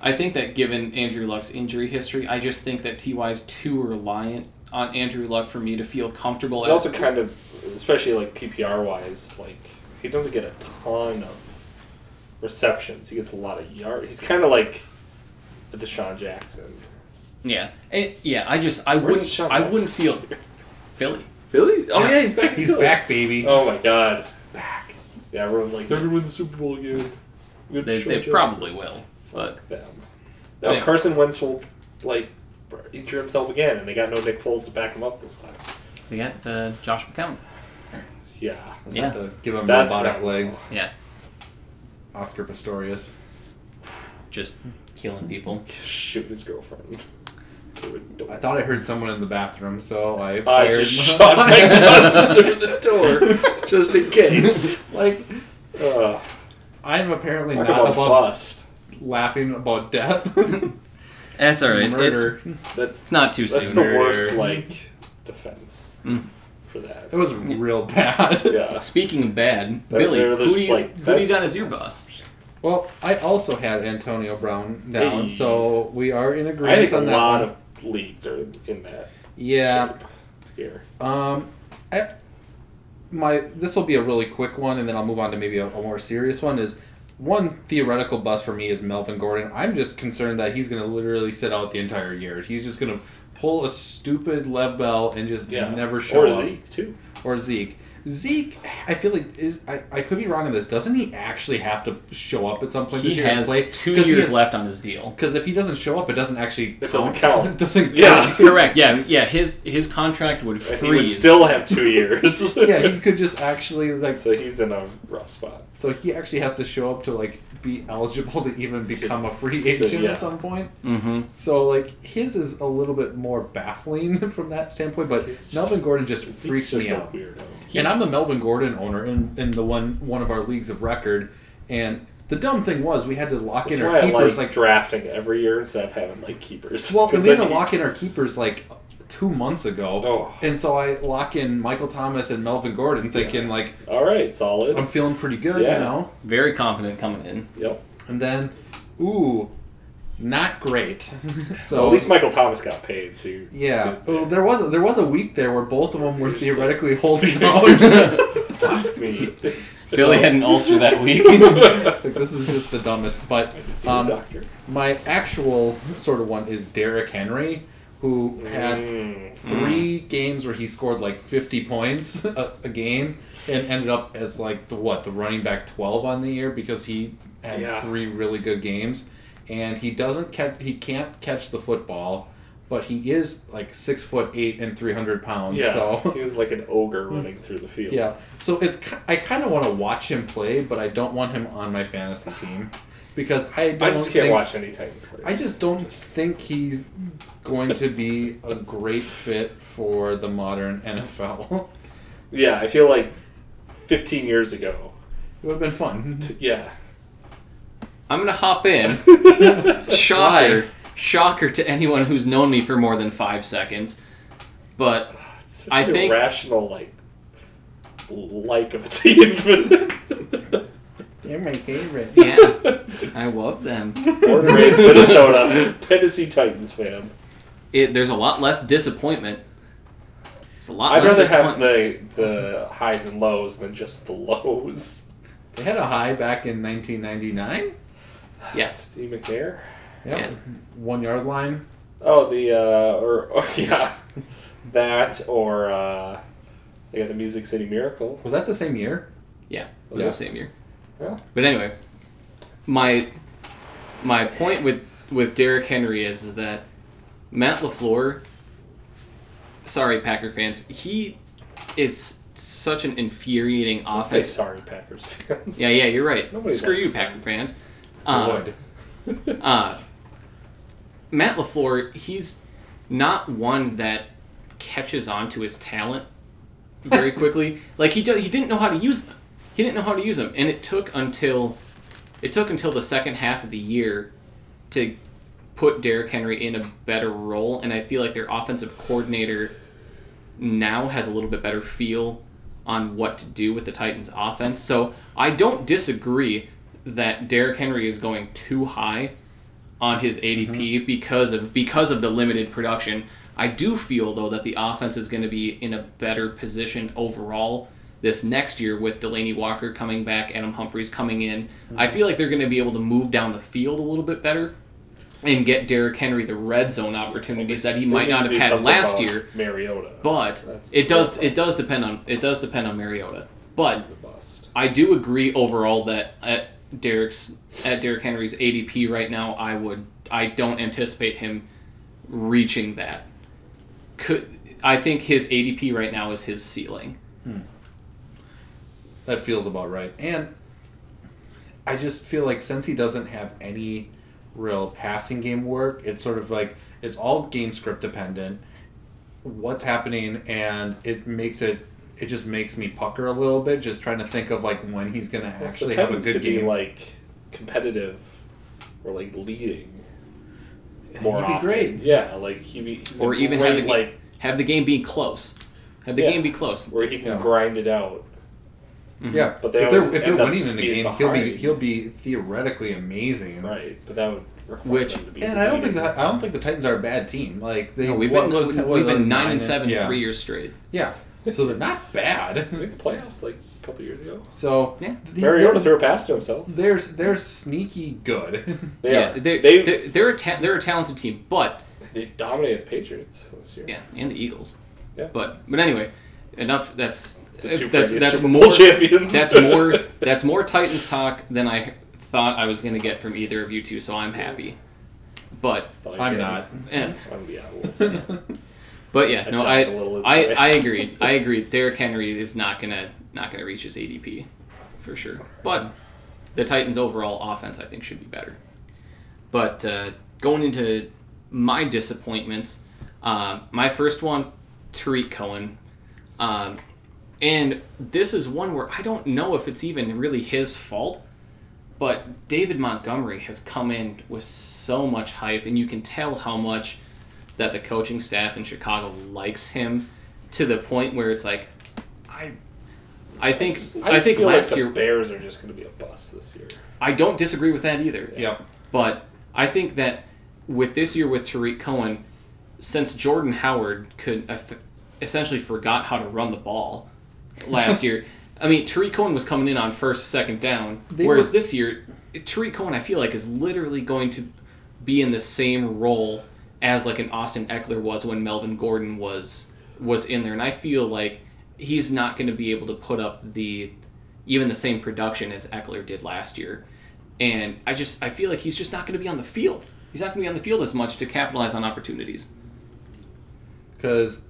[SPEAKER 1] I think that given Andrew Luck's injury history, I just think that Ty is too reliant on Andrew Luck for me to feel comfortable.
[SPEAKER 2] It's
[SPEAKER 1] at-
[SPEAKER 2] also kind of, especially like PPR wise, like he doesn't get a ton of receptions. He gets a lot of yard. He's kind of like a Deshaun Jackson.
[SPEAKER 1] yeah Eh, yeah. I just I
[SPEAKER 2] Where's
[SPEAKER 1] wouldn't
[SPEAKER 2] Deshaun
[SPEAKER 1] I
[SPEAKER 2] Jackson
[SPEAKER 1] wouldn't
[SPEAKER 2] this <laughs>
[SPEAKER 1] feel
[SPEAKER 2] year?
[SPEAKER 1] Philly.
[SPEAKER 2] Philly. Oh yeah, he's back. in
[SPEAKER 3] he's
[SPEAKER 2] Philly.
[SPEAKER 3] back, baby.
[SPEAKER 2] Oh my god, he's back. Yeah, everyone's like they're gonna win the Super Bowl again. Good
[SPEAKER 1] They,
[SPEAKER 2] Deshaun
[SPEAKER 1] they
[SPEAKER 2] Jackson.
[SPEAKER 1] probably will, but
[SPEAKER 2] them. No,
[SPEAKER 1] Yeah.
[SPEAKER 2] Carson Wentz will like injure himself again, and they got no Nick Foles to back him up this time.
[SPEAKER 1] they got uh, Josh McCown.
[SPEAKER 2] Yeah, <laughs>
[SPEAKER 3] Let's
[SPEAKER 1] Yeah.
[SPEAKER 3] have to give him
[SPEAKER 2] That's
[SPEAKER 3] robotic
[SPEAKER 2] right.
[SPEAKER 3] legs.
[SPEAKER 1] Yeah,
[SPEAKER 3] Oscar Pistorius.
[SPEAKER 1] just killing people.
[SPEAKER 2] shoot his girlfriend.
[SPEAKER 3] I thought I heard someone in the bathroom, so I
[SPEAKER 2] I
[SPEAKER 3] fired. <laughs>
[SPEAKER 2] just shot <laughs> my gun through the door just in case.
[SPEAKER 3] like
[SPEAKER 2] <laughs> Uh,
[SPEAKER 3] I'm apparently
[SPEAKER 2] talk
[SPEAKER 3] not
[SPEAKER 2] about
[SPEAKER 3] above
[SPEAKER 2] bust.
[SPEAKER 3] laughing
[SPEAKER 1] <laughs>
[SPEAKER 3] about death,
[SPEAKER 1] That's all right. It's,
[SPEAKER 3] murder.
[SPEAKER 2] That's
[SPEAKER 1] it's not too
[SPEAKER 2] that's
[SPEAKER 1] soon.
[SPEAKER 2] the
[SPEAKER 3] sooner.
[SPEAKER 2] worst like defense
[SPEAKER 1] Mm.
[SPEAKER 2] for that.
[SPEAKER 3] Hmm. It was real bad.
[SPEAKER 2] Yeah,
[SPEAKER 1] Uh, Speaking of bad,
[SPEAKER 2] They're-
[SPEAKER 1] Billy,
[SPEAKER 2] they're
[SPEAKER 1] who,
[SPEAKER 2] just
[SPEAKER 1] do you,
[SPEAKER 2] like-
[SPEAKER 1] who do you
[SPEAKER 2] that's-
[SPEAKER 1] got as your boss?
[SPEAKER 3] Well, I also had Antonio Brown down,
[SPEAKER 2] Hey.
[SPEAKER 3] so we are in
[SPEAKER 2] I
[SPEAKER 3] agreement
[SPEAKER 2] think a
[SPEAKER 3] on that.
[SPEAKER 2] lot
[SPEAKER 3] one.
[SPEAKER 2] of leagues are in that
[SPEAKER 3] yeah.
[SPEAKER 2] shape here.
[SPEAKER 3] Um, I, my this will be a really quick one, and then I'll move on to maybe a, a more serious one. Is one theoretical bust for me is Melvin Gordon. I'm just concerned that he's going to literally sit out the entire year. He's just going to pull a stupid Lev Bell and just
[SPEAKER 2] Yeah,
[SPEAKER 3] never show
[SPEAKER 2] or
[SPEAKER 3] up
[SPEAKER 2] Zeke too.
[SPEAKER 3] or Zeke. Zeke, I feel like is I, I could be wrong on this. Doesn't he actually have to show up at some point
[SPEAKER 1] He
[SPEAKER 3] this year to
[SPEAKER 1] has
[SPEAKER 3] play?
[SPEAKER 1] two
[SPEAKER 3] 'Cause he
[SPEAKER 1] years
[SPEAKER 3] has-
[SPEAKER 1] left on his deal.
[SPEAKER 3] Because if he doesn't show up, it doesn't actually.
[SPEAKER 2] It doesn't count.
[SPEAKER 3] It <laughs> doesn't.
[SPEAKER 2] Yeah.
[SPEAKER 3] count.
[SPEAKER 1] Correct. Yeah, yeah. His his contract would
[SPEAKER 2] And
[SPEAKER 1] freeze.
[SPEAKER 2] he would still have two years.
[SPEAKER 3] <laughs> yeah. He could just actually
[SPEAKER 2] <laughs>
[SPEAKER 3] like.
[SPEAKER 2] so he's in a rough spot.
[SPEAKER 3] So he actually has to show up to like be eligible to even become a free
[SPEAKER 2] to-
[SPEAKER 3] agent
[SPEAKER 2] yeah.
[SPEAKER 3] at some point.
[SPEAKER 1] hmm
[SPEAKER 3] So like his is a little bit more baffling <laughs> from that standpoint. But
[SPEAKER 2] It's just-
[SPEAKER 3] Melvin Gordon just
[SPEAKER 2] He's
[SPEAKER 3] freaks
[SPEAKER 2] just
[SPEAKER 3] me
[SPEAKER 2] a
[SPEAKER 3] out.
[SPEAKER 2] weirdo.
[SPEAKER 3] and I'm the Melvin Gordon owner in, in the one one of our leagues of record, and the dumb thing was we had to lock
[SPEAKER 2] That's
[SPEAKER 3] in
[SPEAKER 2] why
[SPEAKER 3] our
[SPEAKER 2] I like,
[SPEAKER 3] keepers
[SPEAKER 2] like
[SPEAKER 3] like,
[SPEAKER 2] drafting every year instead of having like keepers.
[SPEAKER 3] well, and
[SPEAKER 2] 'Cause
[SPEAKER 3] we had to
[SPEAKER 2] then you-
[SPEAKER 3] lock in our keepers like two months ago,
[SPEAKER 2] Oh.
[SPEAKER 3] and so I lock in Michael Thomas and Melvin Gordon, thinking like
[SPEAKER 2] All right, solid.
[SPEAKER 3] I'm feeling pretty good,
[SPEAKER 2] Yeah.
[SPEAKER 3] you know,
[SPEAKER 1] Very confident coming in.
[SPEAKER 2] yep.
[SPEAKER 3] and then ooh,
[SPEAKER 2] <laughs>
[SPEAKER 3] not great.
[SPEAKER 2] Well,
[SPEAKER 3] so
[SPEAKER 2] at least Michael Thomas got paid, so you
[SPEAKER 3] yeah, Oh,
[SPEAKER 2] did- <laughs>
[SPEAKER 3] well, there was a, there was a week there where both of them were
[SPEAKER 2] You're just <laughs>
[SPEAKER 3] theoretically holding out.
[SPEAKER 2] Fuck me.
[SPEAKER 1] Billy had an ulcer
[SPEAKER 2] <laughs>
[SPEAKER 1] that week.
[SPEAKER 3] <laughs> It's like, this is just the dumbest. But
[SPEAKER 2] I can see
[SPEAKER 3] <laughs> um,
[SPEAKER 2] the doctor.
[SPEAKER 3] my actual sort of one is Derrick Henry, who had
[SPEAKER 2] Mm.
[SPEAKER 3] three games where he scored like 50 points <laughs> a, a game and ended up as like the what the running back 12 on the year because he had
[SPEAKER 2] Yeah.
[SPEAKER 3] three really good games and he doesn't catch he can't catch the football but he is like six foot eight and 300 pounds
[SPEAKER 2] Yeah,
[SPEAKER 3] so
[SPEAKER 2] <laughs>
[SPEAKER 3] Hmm.
[SPEAKER 2] he was like an ogre running through the field.
[SPEAKER 3] <laughs> yeah, so it's ki- I kind of want to watch him play, but I don't want him on my fantasy team because I don't
[SPEAKER 2] I just can't
[SPEAKER 3] think,
[SPEAKER 2] watch any Titans play.
[SPEAKER 3] I just don't think he's going to be a great fit for the modern NFL.
[SPEAKER 2] yeah, I feel like 15 years ago.
[SPEAKER 3] <laughs> it would have been fun. <laughs>
[SPEAKER 2] Yeah.
[SPEAKER 1] I'm gonna hop in. Shocker. Shocker to anyone who's known me for more than five seconds. But
[SPEAKER 2] It's such
[SPEAKER 1] I
[SPEAKER 2] an
[SPEAKER 1] think-
[SPEAKER 2] irrational like like of a team.
[SPEAKER 3] They're my favorite.
[SPEAKER 1] yeah, I love them.
[SPEAKER 2] <laughs> Born and raised Minnesota, Tennessee Titans fan.
[SPEAKER 1] It, there's a lot less disappointment. It's
[SPEAKER 3] Uh,
[SPEAKER 1] a lot
[SPEAKER 2] I'd
[SPEAKER 1] less
[SPEAKER 2] rather have
[SPEAKER 1] disappointment.
[SPEAKER 2] the the highs and lows than just the lows.
[SPEAKER 3] They had a high back in 1999.
[SPEAKER 1] yeah.
[SPEAKER 2] Steve McNair.
[SPEAKER 3] Yep.
[SPEAKER 1] Yeah.
[SPEAKER 3] One yard line.
[SPEAKER 2] Oh, the uh, or, <laughs> or yeah, that or uh, they got the Music City Miracle.
[SPEAKER 3] Was that the same year?
[SPEAKER 1] Yeah, it was
[SPEAKER 3] Yeah.
[SPEAKER 1] the same year.
[SPEAKER 2] Yeah.
[SPEAKER 1] But anyway, my my point with with Derrick Henry is that Matt Lafleur, sorry Packer fans, he is such an infuriating
[SPEAKER 2] I'll say
[SPEAKER 1] offense.
[SPEAKER 2] sorry, Packers fans.
[SPEAKER 1] Yeah, yeah, you're right.
[SPEAKER 2] Nobody
[SPEAKER 1] Screw you,
[SPEAKER 2] likes them.
[SPEAKER 1] Packer fans.
[SPEAKER 2] <laughs>
[SPEAKER 1] Uh,
[SPEAKER 3] Wood.
[SPEAKER 1] uh, Matt Lafleur, he's not one that catches on to his talent very quickly. like he do, he didn't know how to use them. He didn't know how to use them, and it took until it took until the second half of the year to put Derrick Henry in a better role. And I feel like their offensive coordinator now has a little bit better feel on what to do with the Titans' offense. So I don't disagree that Derrick Henry is going too high on his ADP because of because of the limited production. I do feel though that the offense is going to be in a better position overall this next year with Delaney Walker coming back, Adam Humphreys coming in. I feel like they're going to be able to move down the field a little bit better and get Derrick Henry the red zone opportunities that he
[SPEAKER 2] They
[SPEAKER 1] might
[SPEAKER 2] need
[SPEAKER 1] not
[SPEAKER 2] to
[SPEAKER 1] have
[SPEAKER 2] do
[SPEAKER 1] had
[SPEAKER 2] something
[SPEAKER 1] last
[SPEAKER 2] about
[SPEAKER 1] year.
[SPEAKER 2] Mariota.
[SPEAKER 1] But
[SPEAKER 2] That's the
[SPEAKER 1] it does
[SPEAKER 2] problem.
[SPEAKER 1] it does depend on it does depend on Mariota. But
[SPEAKER 2] He's a bust.
[SPEAKER 1] I do agree overall that at Derek's at Derrick Henry's ADP right now, I would I don't anticipate him reaching that. Could I think his ADP right now is his ceiling.
[SPEAKER 3] That feels about right. And I just feel like since he doesn't have any real passing game work, it's sort of like it's all game script dependent. What's happening and it makes it it just makes me pucker a little bit just trying to think of like when he's going to
[SPEAKER 2] Well, if
[SPEAKER 3] actually
[SPEAKER 2] the
[SPEAKER 3] have a
[SPEAKER 2] Titans
[SPEAKER 3] good
[SPEAKER 2] could
[SPEAKER 3] game.
[SPEAKER 2] Be, like competitive or like leading more
[SPEAKER 3] He'd be
[SPEAKER 2] often.
[SPEAKER 3] great.
[SPEAKER 2] Yeah, like he be he's a
[SPEAKER 1] Or even
[SPEAKER 2] great,
[SPEAKER 1] have the
[SPEAKER 2] like
[SPEAKER 1] Have the game be close. Have the
[SPEAKER 2] Yeah.
[SPEAKER 1] game be close.
[SPEAKER 2] where he can
[SPEAKER 3] Yeah.
[SPEAKER 2] grind it out.
[SPEAKER 3] Yeah.
[SPEAKER 2] But they
[SPEAKER 3] if they're
[SPEAKER 2] always
[SPEAKER 3] if they're
[SPEAKER 2] end up
[SPEAKER 3] winning in the
[SPEAKER 2] being
[SPEAKER 3] game, he'll be
[SPEAKER 2] behind.
[SPEAKER 3] he'll be theoretically amazing.
[SPEAKER 2] Right, but that would require
[SPEAKER 1] Which-
[SPEAKER 2] them to be
[SPEAKER 3] And I don't think
[SPEAKER 2] leading.
[SPEAKER 3] that I don't think the Titans are a bad team. Like they
[SPEAKER 1] No, we've
[SPEAKER 3] what
[SPEAKER 1] been
[SPEAKER 3] looked-
[SPEAKER 1] we've,
[SPEAKER 3] what
[SPEAKER 1] we've
[SPEAKER 3] looked
[SPEAKER 1] been nine and seven
[SPEAKER 3] yeah.
[SPEAKER 1] three years straight.
[SPEAKER 3] Yeah. So they're not bad. <laughs>
[SPEAKER 2] I think the playoffs like a couple years ago.
[SPEAKER 3] So
[SPEAKER 1] Yeah.
[SPEAKER 3] the-
[SPEAKER 2] Mariota
[SPEAKER 3] they're-
[SPEAKER 2] threw a pass to himself.
[SPEAKER 3] they're they're sneaky good.
[SPEAKER 2] They
[SPEAKER 1] yeah,
[SPEAKER 2] are.
[SPEAKER 1] they're,
[SPEAKER 2] they
[SPEAKER 1] they're, they're, a ta- they're a talented team, but
[SPEAKER 2] they dominated the Patriots this year.
[SPEAKER 1] Yeah, and the Eagles.
[SPEAKER 2] Yeah.
[SPEAKER 1] But but anyway, enough. That's
[SPEAKER 2] The two
[SPEAKER 1] that's
[SPEAKER 2] previous
[SPEAKER 1] that's
[SPEAKER 2] Super
[SPEAKER 1] more
[SPEAKER 2] Bowl champions.
[SPEAKER 1] that's
[SPEAKER 2] <laughs>
[SPEAKER 1] more that's more Titans talk than I thought I was going to get from either of you two. So I'm happy. But
[SPEAKER 3] I'm not.
[SPEAKER 1] it's,
[SPEAKER 2] I'm, yeah, we'll see.
[SPEAKER 1] <laughs> but yeah, no,
[SPEAKER 2] I
[SPEAKER 1] I
[SPEAKER 2] ducked a little
[SPEAKER 1] I,
[SPEAKER 2] inside.
[SPEAKER 1] I agree. I agree. Derrick Henry is not gonna not gonna reach his ADP for sure. But the Titans' overall offense, I think, should be better. But uh, going into my disappointments, um, my first one, Tariq Cohen, um, and this is one where I don't know if it's even really his fault. But David Montgomery has come in with so much hype, and you can tell how much that the coaching staff in Chicago likes him to the point where it's like, I, I think I, think
[SPEAKER 2] feel
[SPEAKER 1] last
[SPEAKER 2] like
[SPEAKER 1] year
[SPEAKER 2] the Bears are just going to be a bust this year.
[SPEAKER 1] I don't disagree with that either.
[SPEAKER 3] Yep.
[SPEAKER 1] But I think that with this year with Tariq Cohen, since Jordan Howard could eff- essentially forgot how to run the ball
[SPEAKER 3] <laughs>
[SPEAKER 1] last year, I mean Tariq Cohen was coming in on first, second down,
[SPEAKER 3] They
[SPEAKER 1] whereas
[SPEAKER 3] were-
[SPEAKER 1] this year Tariq Cohen I feel like is literally going to be in the same role as like an Austin Eckler was when Melvin Gordon was was in there, and I feel like he's not going to be able to put up the even the same production as Eckler did last year. And I just I feel like he's just not going to be on the field. He's not going to be on the field as much to capitalize on opportunities.
[SPEAKER 3] <laughs> because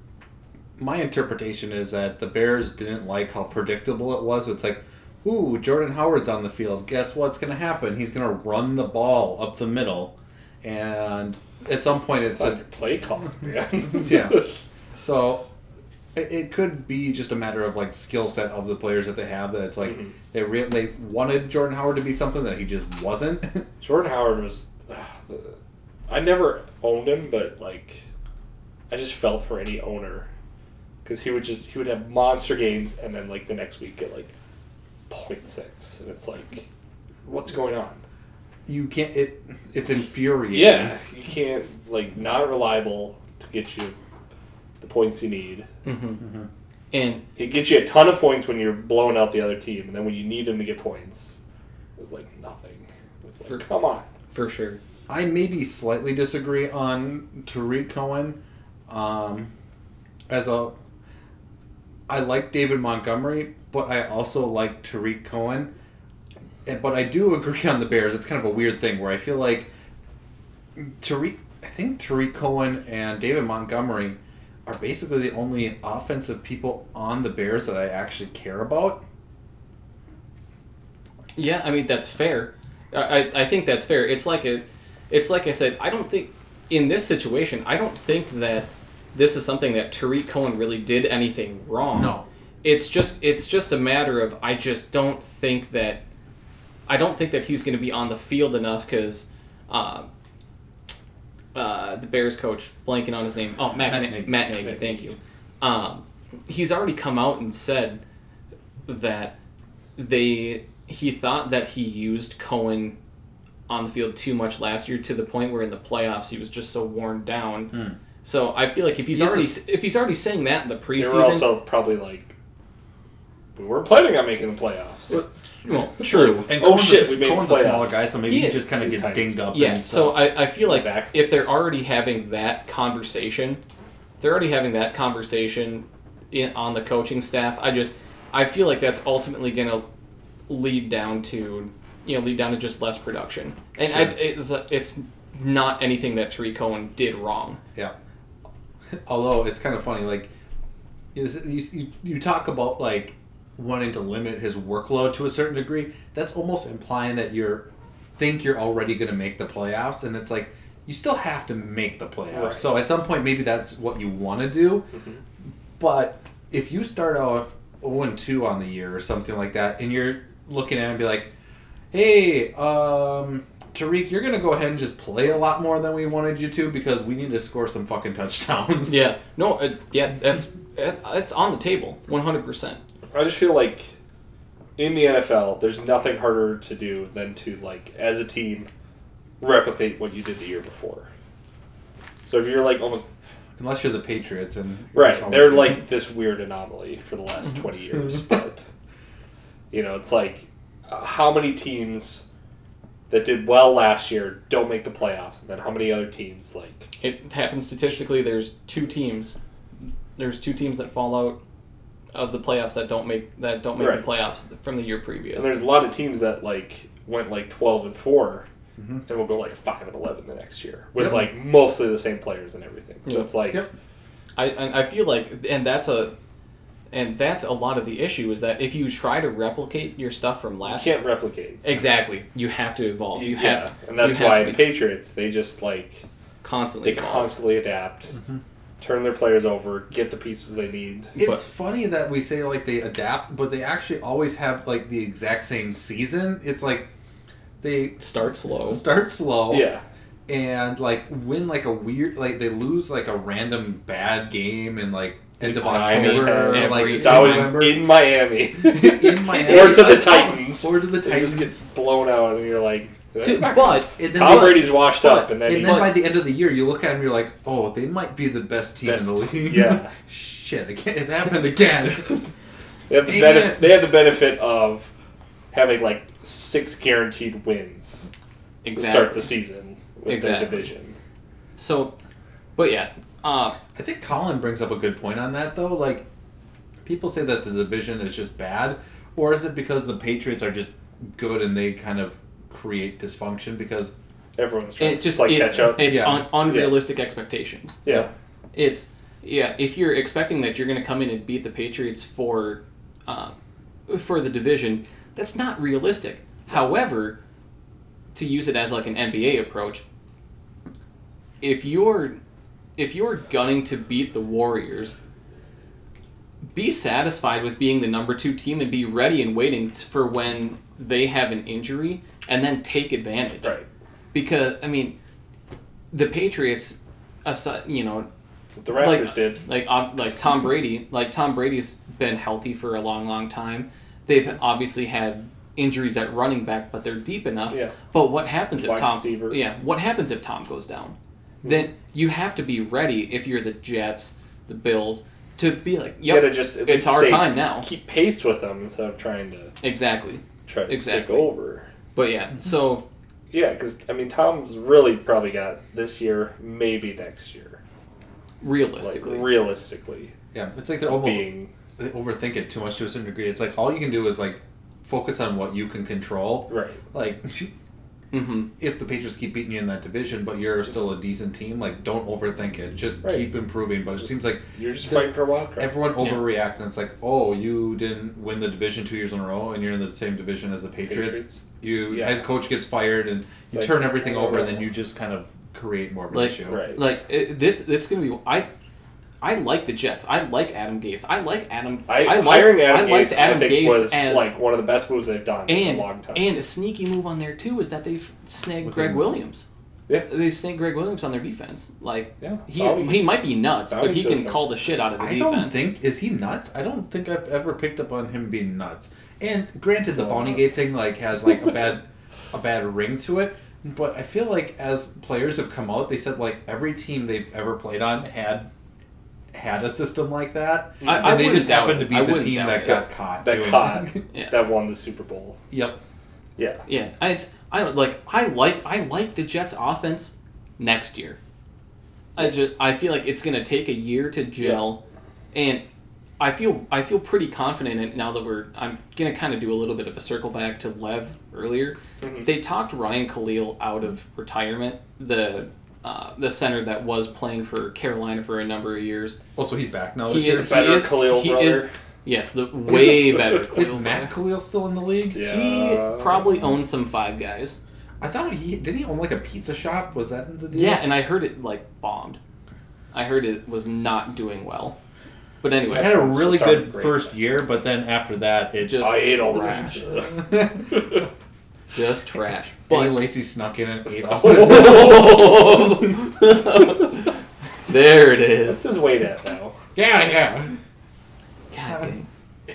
[SPEAKER 3] my interpretation is that the Bears didn't like how predictable it was. It's like, ooh, Jordan Howard's on the field. Guess what's going to happen? He's going to run the ball up the middle, and at some point, it's
[SPEAKER 2] That's
[SPEAKER 3] just
[SPEAKER 2] just
[SPEAKER 1] <laughs>
[SPEAKER 2] play call, man. <laughs>
[SPEAKER 3] Yeah. so. It it could be just a matter of like skill set of the players that they have. That it's like they re- they wanted Jordan Howard to be something that he just wasn't. <laughs>
[SPEAKER 2] Jordan Howard was. Uh, the, I never owned him, but like, I just felt for any owner because he would just he would have monster games and then like the next week get like 0.6 and it's like, what's going on?
[SPEAKER 3] you can't. It it's infuriating.
[SPEAKER 2] Yeah, you can't like not reliable to get you the points you need.
[SPEAKER 1] And
[SPEAKER 2] It gets you a ton of points when you're blowing out the other team, and then when you need him to get points, it was like nothing. It was like,
[SPEAKER 1] For-
[SPEAKER 2] come on.
[SPEAKER 1] for sure,
[SPEAKER 3] I maybe slightly disagree on Tariq Cohen. Um, as a, I like David Montgomery, but I also like Tariq Cohen. And, but I do agree on the Bears. It's kind of a weird thing where I feel like Tariq. I think Tariq Cohen and David Montgomery are basically the only offensive people on the Bears that I actually care about.
[SPEAKER 1] yeah, I mean that's fair. I, I I think that's fair. It's like a, it's like I said. I don't think in this situation. I don't think that this is something that Tariq Cohen really did anything wrong.
[SPEAKER 3] No.
[SPEAKER 1] it's just it's just a matter of I just don't think that I don't think that he's going to be on the field enough because uh, uh, the Bears coach blanking on his name. Oh, Matt
[SPEAKER 3] Matt
[SPEAKER 1] Matt,
[SPEAKER 3] Nagy.
[SPEAKER 1] Matt Nagy. Thank you. Um, he's already come out and said that they he thought that he used Cohen on the field too much last year to the point where in the playoffs he was just so worn down. So I feel like if he's,
[SPEAKER 3] He's a
[SPEAKER 1] already
[SPEAKER 3] s-
[SPEAKER 1] if he's already saying that in the
[SPEAKER 2] They
[SPEAKER 1] preseason,
[SPEAKER 2] were also probably like, we weren't planning on making the playoffs.
[SPEAKER 1] Well, Well, true.
[SPEAKER 3] And
[SPEAKER 2] Oh,
[SPEAKER 3] Cohen's
[SPEAKER 2] shit,
[SPEAKER 3] a,
[SPEAKER 2] we made the
[SPEAKER 3] Cohen's a
[SPEAKER 2] playoffs.
[SPEAKER 3] smaller guy, so maybe
[SPEAKER 1] He
[SPEAKER 3] he,
[SPEAKER 1] is.
[SPEAKER 3] just kind of
[SPEAKER 2] He's
[SPEAKER 3] gets
[SPEAKER 2] tiny.
[SPEAKER 3] dinged up.
[SPEAKER 1] Yeah,
[SPEAKER 3] and
[SPEAKER 1] so
[SPEAKER 3] stuff.
[SPEAKER 1] I, I feel like
[SPEAKER 2] Back.
[SPEAKER 1] if they're already having that conversation, if they're already having that conversation in, on the coaching staff. I just I feel like that's ultimately going to lead down to you know lead down to just less production, and I,
[SPEAKER 3] Sure.
[SPEAKER 1] it's a, it's not anything that Tariq Cohen did wrong.
[SPEAKER 3] Yeah. Although it's kind of funny, like you, you, you talk about like wanting to limit his workload to a certain degree. That's almost implying that you're think you're already going to make the playoffs, and it's like you still have to make the playoffs.
[SPEAKER 2] Right.
[SPEAKER 3] So at some point, maybe that's what you want to do. But if you start off zero and two on the year or something like that, and you're looking at it and be like, hey, um, Tariq, you're gonna go ahead and just play a lot more than we wanted you to because we need to score some fucking touchdowns.
[SPEAKER 1] Yeah, no, uh, yeah, that's it- it's on the table, one hundred percent.
[SPEAKER 2] I just feel like in the NFL, there's nothing harder to do than to like as a team replicate what you did the year before. So if you're like almost
[SPEAKER 3] <laughs> Unless you're the Patriots and
[SPEAKER 2] right,
[SPEAKER 3] it's always-
[SPEAKER 2] they're like this weird anomaly for the last
[SPEAKER 3] <laughs>
[SPEAKER 2] twenty years, but you know it's like uh, how many teams that did well last year don't make the playoffs, and then how many other teams like
[SPEAKER 1] It happens statistically. There's two teams. There's two teams that fall out of the playoffs that don't make that don't make
[SPEAKER 2] Right.
[SPEAKER 1] the playoffs from the year previous.
[SPEAKER 2] And there's a lot of teams that like went like twelve and 4 and will go like five and eleven the next year with
[SPEAKER 3] Mm-hmm. Yep.
[SPEAKER 2] like mostly the same players and everything. So
[SPEAKER 1] Yep.
[SPEAKER 2] it's like
[SPEAKER 3] Yep.
[SPEAKER 1] I and I feel like and that's a and that's a lot of the issue is that if you try to replicate your stuff from
[SPEAKER 2] you
[SPEAKER 1] last
[SPEAKER 2] can't replicate.
[SPEAKER 1] exactly you have to evolve you have to,
[SPEAKER 2] and that's
[SPEAKER 1] you have
[SPEAKER 2] why
[SPEAKER 1] to
[SPEAKER 2] the
[SPEAKER 1] be
[SPEAKER 2] Patriots they just like
[SPEAKER 1] constantly
[SPEAKER 2] they
[SPEAKER 1] evolve.
[SPEAKER 2] constantly adapt,
[SPEAKER 3] Mm-hmm.
[SPEAKER 2] turn their players over, get the pieces they need.
[SPEAKER 3] It's
[SPEAKER 1] But-
[SPEAKER 3] funny that we say like they adapt, but they actually always have like the exact same season. It's like they
[SPEAKER 1] start slow
[SPEAKER 3] start slow,
[SPEAKER 2] Yeah,
[SPEAKER 3] and like win like a weird like they lose like a random bad game and like end of
[SPEAKER 2] Miami,
[SPEAKER 3] October,
[SPEAKER 1] every
[SPEAKER 3] like
[SPEAKER 2] it's always
[SPEAKER 3] November.
[SPEAKER 2] in Miami.
[SPEAKER 3] <laughs> in
[SPEAKER 2] <laughs>
[SPEAKER 3] Miami.
[SPEAKER 2] or to the
[SPEAKER 1] It's-
[SPEAKER 2] Titans.
[SPEAKER 3] Or to the
[SPEAKER 2] It just
[SPEAKER 3] Titans.
[SPEAKER 2] gets blown out, and you're like,
[SPEAKER 1] To- but
[SPEAKER 3] And then,
[SPEAKER 2] Tom
[SPEAKER 3] they-
[SPEAKER 2] Brady's washed up, and then,
[SPEAKER 3] and
[SPEAKER 2] he-
[SPEAKER 3] then
[SPEAKER 1] but-
[SPEAKER 3] by the end of the year, you look at them, you're like, oh, they might be the best team in
[SPEAKER 2] Best-
[SPEAKER 3] the league.
[SPEAKER 2] yeah.
[SPEAKER 3] <laughs> Shit, again, it
[SPEAKER 2] <laughs>
[SPEAKER 3] happened again.
[SPEAKER 2] they have the
[SPEAKER 3] Dang
[SPEAKER 2] benef-
[SPEAKER 3] it.
[SPEAKER 2] they have the benefit of having like six guaranteed wins to start the season with
[SPEAKER 1] Exactly.
[SPEAKER 2] their division.
[SPEAKER 1] so but yeah uh
[SPEAKER 3] I think Colin brings up a good point on that, though. Like, people say that the division is just bad, or is it because the Patriots are just good and they kind of create dysfunction? Because
[SPEAKER 2] Everyone's trying
[SPEAKER 1] it just
[SPEAKER 2] to like
[SPEAKER 1] it's,
[SPEAKER 2] catch up.
[SPEAKER 1] it's
[SPEAKER 3] Yeah.
[SPEAKER 1] un- unrealistic expectations
[SPEAKER 2] yeah,
[SPEAKER 1] It's yeah. If you're expecting that you're going to come in and beat the Patriots for, uh, for the division, that's not realistic. However, to use it as like an NBA approach, if you're if you're gunning to beat the Warriors, be satisfied with being the number two team and be ready and waiting t- for when they have an injury and then take advantage
[SPEAKER 2] right.
[SPEAKER 1] because I mean, the Patriots, aside, you know,
[SPEAKER 2] That's what the Raptors
[SPEAKER 1] like,
[SPEAKER 2] did.
[SPEAKER 1] Like um, like Tom Brady, like Tom Brady's been healthy for a long, long time. They've obviously had injuries at running back, but they're deep enough.
[SPEAKER 2] Yeah.
[SPEAKER 1] But what happens if
[SPEAKER 2] Wide
[SPEAKER 1] Tom?
[SPEAKER 2] receiver. Hmm.
[SPEAKER 1] Yeah. What happens if Tom goes down? Then you have to be ready if you're the Jets, the Bills, to be like,
[SPEAKER 2] You
[SPEAKER 1] yep,
[SPEAKER 2] gotta just at
[SPEAKER 1] it's
[SPEAKER 2] least
[SPEAKER 1] our
[SPEAKER 2] stay-
[SPEAKER 1] time now.
[SPEAKER 2] Keep pace with them instead of trying to
[SPEAKER 1] exactly.
[SPEAKER 2] try to
[SPEAKER 1] Exactly.
[SPEAKER 2] take over.
[SPEAKER 1] But yeah,
[SPEAKER 2] Mhm.
[SPEAKER 1] so
[SPEAKER 2] Yeah, because I mean, Tom's really probably got this year, maybe next year. Like
[SPEAKER 1] realistically,
[SPEAKER 2] realistically,
[SPEAKER 3] yeah, it's like they're almost
[SPEAKER 2] being
[SPEAKER 3] they overthink it too much to a certain degree. It's like all you can do is like focus on what you can control.
[SPEAKER 2] right.
[SPEAKER 3] Like, <laughs>
[SPEAKER 1] hmm
[SPEAKER 3] if the Patriots keep beating you in that division, but you're still a decent team, like don't overthink it. Just
[SPEAKER 2] Right.
[SPEAKER 3] keep improving. But it
[SPEAKER 2] Just-
[SPEAKER 3] seems like
[SPEAKER 2] You're just fighting for a wild card.
[SPEAKER 3] Everyone
[SPEAKER 1] Yeah.
[SPEAKER 3] overreacts, and it's like, oh, you didn't win the division two years in a row, and you're in the same division as the Patriots.
[SPEAKER 2] Patriots.
[SPEAKER 3] You
[SPEAKER 2] Yeah.
[SPEAKER 3] head coach gets fired, and you
[SPEAKER 2] like-
[SPEAKER 3] turn everything over, and then you just kind of create more of an
[SPEAKER 1] Like-
[SPEAKER 3] issue.
[SPEAKER 2] Right.
[SPEAKER 1] like it, this, it's gonna be. I, I like the Jets. I like Adam Gase. I like Adam.
[SPEAKER 2] I,
[SPEAKER 1] I liked,
[SPEAKER 2] hiring Adam
[SPEAKER 1] I liked
[SPEAKER 2] Gase,
[SPEAKER 1] Adam
[SPEAKER 2] I think,
[SPEAKER 1] Gase
[SPEAKER 2] was
[SPEAKER 1] as
[SPEAKER 2] like one of the best moves they've done
[SPEAKER 1] and
[SPEAKER 2] in a long time.
[SPEAKER 1] and a sneaky move on there too is that they snagged
[SPEAKER 3] With
[SPEAKER 1] Greg
[SPEAKER 3] him.
[SPEAKER 1] Williams.
[SPEAKER 2] Yeah.
[SPEAKER 1] They snagged Greg Williams on their defense. Like
[SPEAKER 3] Yeah.
[SPEAKER 1] he
[SPEAKER 2] Bowie-
[SPEAKER 1] he might be nuts, but
[SPEAKER 2] Bowie
[SPEAKER 1] he can
[SPEAKER 2] system.
[SPEAKER 1] call the shit out of the
[SPEAKER 3] I
[SPEAKER 1] defense.
[SPEAKER 3] don't think is he nuts. I don't think I've ever picked up on him being nuts. And granted, the
[SPEAKER 2] Oh,
[SPEAKER 3] Bonnie
[SPEAKER 2] nuts.
[SPEAKER 3] Gate thing like has like
[SPEAKER 1] <laughs>
[SPEAKER 3] a bad, a bad ring to it. But I feel like as players have come out, they said like every team they've ever played on had had a system like that,
[SPEAKER 1] I-
[SPEAKER 3] and
[SPEAKER 1] I
[SPEAKER 3] they
[SPEAKER 1] wouldn't
[SPEAKER 3] just
[SPEAKER 1] doubt
[SPEAKER 3] happened
[SPEAKER 1] it.
[SPEAKER 3] to be
[SPEAKER 1] I
[SPEAKER 3] the
[SPEAKER 1] wouldn't
[SPEAKER 3] team
[SPEAKER 1] doubt
[SPEAKER 3] that
[SPEAKER 1] it.
[SPEAKER 3] got caught.
[SPEAKER 2] that
[SPEAKER 3] doing
[SPEAKER 2] caught,
[SPEAKER 3] it.
[SPEAKER 1] <laughs> Yeah.
[SPEAKER 2] that won the Super Bowl.
[SPEAKER 3] <laughs> yep.
[SPEAKER 2] Yeah,
[SPEAKER 1] Yeah, I, it's, I don't like. I like I like the Jets offense next year. I just I feel like it's gonna take a year to gel, and I feel I feel pretty confident in, now that we're I'm gonna kind of do a little bit of a circle back to Lev earlier.
[SPEAKER 2] Mhm.
[SPEAKER 1] They talked Ryan Khalil out of retirement. The uh, the center that was playing for Carolina for a number of years.
[SPEAKER 3] Oh, so he's back now.
[SPEAKER 1] He
[SPEAKER 3] this year?
[SPEAKER 1] is-
[SPEAKER 2] the better
[SPEAKER 1] is-
[SPEAKER 2] Khalil
[SPEAKER 1] he
[SPEAKER 2] brother.
[SPEAKER 1] is- Yes, the way better.
[SPEAKER 3] Is
[SPEAKER 1] Khalil.
[SPEAKER 3] Matt Khalil still in the league?
[SPEAKER 2] Yeah.
[SPEAKER 1] He probably owns some five guys.
[SPEAKER 3] I thought he didn't he own like a pizza shop. Was that in the deal?
[SPEAKER 1] Yeah, and I heard it like bombed. I heard it was not doing well. But
[SPEAKER 3] I
[SPEAKER 1] anyway,
[SPEAKER 3] had a really
[SPEAKER 2] Started
[SPEAKER 3] good
[SPEAKER 2] great.
[SPEAKER 3] first year, but then after that, it
[SPEAKER 1] Just-
[SPEAKER 2] I ate all the
[SPEAKER 1] Trash.
[SPEAKER 2] pizza.
[SPEAKER 1] just trash.
[SPEAKER 3] <laughs> But
[SPEAKER 1] But
[SPEAKER 3] Lacey snuck in and ate <laughs> all
[SPEAKER 1] <laughs> there it is.
[SPEAKER 2] <laughs> this is way that now.
[SPEAKER 3] <laughs> Yeah, yeah.
[SPEAKER 1] God dang.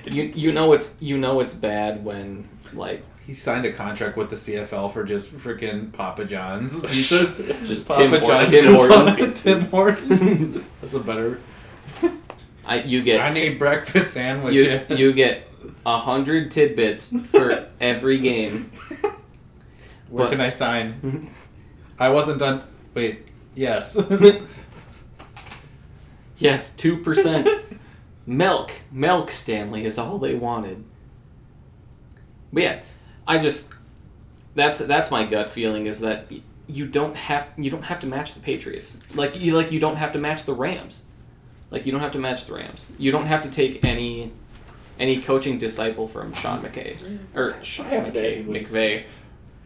[SPEAKER 1] You you know it's you know it's bad when like
[SPEAKER 3] He signed a contract with the CFL for just freaking Papa <laughs> John's pizzas.
[SPEAKER 1] just
[SPEAKER 3] Papa
[SPEAKER 1] Tim, Hor-
[SPEAKER 3] John's
[SPEAKER 1] Tim
[SPEAKER 3] just
[SPEAKER 1] Hortons.
[SPEAKER 3] wanted <laughs> Tim Hortons. That's a better.
[SPEAKER 1] I, you
[SPEAKER 3] I
[SPEAKER 1] get
[SPEAKER 3] need breakfast
[SPEAKER 1] you,
[SPEAKER 3] sandwiches. <laughs>
[SPEAKER 1] you get a hundred tidbits for every game.
[SPEAKER 3] Where
[SPEAKER 1] but-
[SPEAKER 3] can I
[SPEAKER 1] <laughs>
[SPEAKER 3] sign? I wasn't done. Wait. Yes. <laughs>
[SPEAKER 1] Yes, two percent. Milk, milk, Stanley is all they wanted. But yeah, I just that's that's my gut feeling is that y- you don't have you don't have to match the Patriots. Like you like you don't have to match the Rams. Like you don't have to match the Rams. You don't have to take any any coaching disciple from Sean McKay or Sean
[SPEAKER 2] Yeah,
[SPEAKER 1] McKay
[SPEAKER 2] they-
[SPEAKER 1] McVay.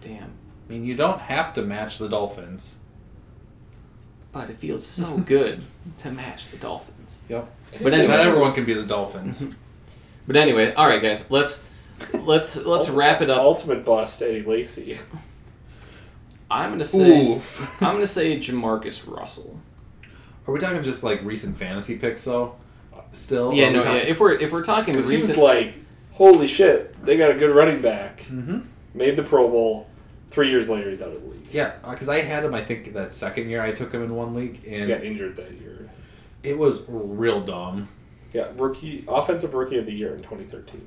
[SPEAKER 1] Damn,
[SPEAKER 3] I mean, you don't have to match the Dolphins.
[SPEAKER 1] but it feels so good to match the Dolphins.
[SPEAKER 3] Yep.
[SPEAKER 1] But
[SPEAKER 3] Not
[SPEAKER 1] anyway,
[SPEAKER 3] everyone can be the Dolphins.
[SPEAKER 1] <laughs> But anyway, all right, guys, let's let's let's wrap it up.
[SPEAKER 2] Ultimate bust, Eddie Lacy. <laughs>
[SPEAKER 1] I'm gonna say
[SPEAKER 3] Oof.
[SPEAKER 1] I'm gonna say Jamarcus Russell.
[SPEAKER 3] Are we talking just like recent fantasy picks though? Still?
[SPEAKER 1] Yeah, no, yeah. If we're if we're talking
[SPEAKER 2] Because Oh, he was
[SPEAKER 1] recent,
[SPEAKER 2] like, holy shit, they got a good running back.
[SPEAKER 3] Mm-hmm.
[SPEAKER 2] Made the Pro Bowl. Three years later, he's out of the league.
[SPEAKER 3] Yeah, because I had him. I think that second year I took him in one league,
[SPEAKER 2] He
[SPEAKER 3] and
[SPEAKER 2] got injured that year.
[SPEAKER 3] it was real dumb.
[SPEAKER 2] Yeah, rookie offensive rookie of the year in 2013.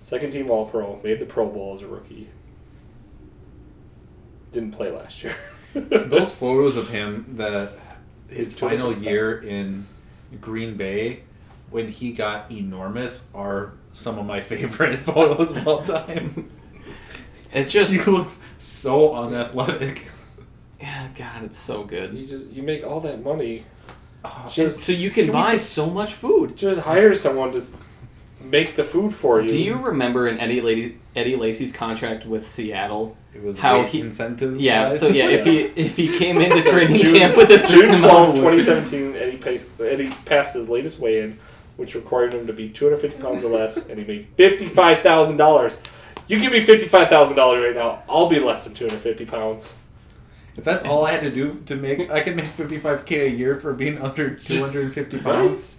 [SPEAKER 2] Second team All Pro, made the Pro Bowl as a rookie. Didn't play last <laughs> year. <laughs>
[SPEAKER 3] Those photos of him, the his
[SPEAKER 2] His
[SPEAKER 3] final
[SPEAKER 2] terrific
[SPEAKER 3] year in Green Bay, when he got enormous, are some of my <laughs> favorite photos of all time. <laughs>
[SPEAKER 1] it's
[SPEAKER 2] <laughs>
[SPEAKER 3] he
[SPEAKER 1] just
[SPEAKER 3] looks so unathletic.
[SPEAKER 1] yeah, God, it's so
[SPEAKER 2] you
[SPEAKER 1] good.
[SPEAKER 2] just you make all that money.
[SPEAKER 3] Oh,
[SPEAKER 2] Just
[SPEAKER 1] So you can,
[SPEAKER 2] Can we
[SPEAKER 1] buy
[SPEAKER 2] just-
[SPEAKER 1] so much food.
[SPEAKER 2] just hire someone to s- make the food for you.
[SPEAKER 1] Do you remember in Eddie Lady, Eddie Lacy's contract with Seattle?
[SPEAKER 3] it was
[SPEAKER 1] How
[SPEAKER 3] rate
[SPEAKER 1] he-
[SPEAKER 3] incentive.
[SPEAKER 1] Yeah. So yeah, if
[SPEAKER 2] <laughs>
[SPEAKER 1] he if he came into
[SPEAKER 2] So
[SPEAKER 1] training
[SPEAKER 2] June,
[SPEAKER 1] camp with a certain
[SPEAKER 2] June 12,
[SPEAKER 1] amount of
[SPEAKER 2] 2017, Eddie, paced, Eddie passed his latest weigh-in, which required him to be 250 pounds or less, and he made $55,000. You give me $55,000 right now, I'll be less than 250 pounds.
[SPEAKER 3] If that's all I had to do to make, I could make fifty five k a year for being under two hundred
[SPEAKER 2] <laughs>
[SPEAKER 3] and fifty pounds.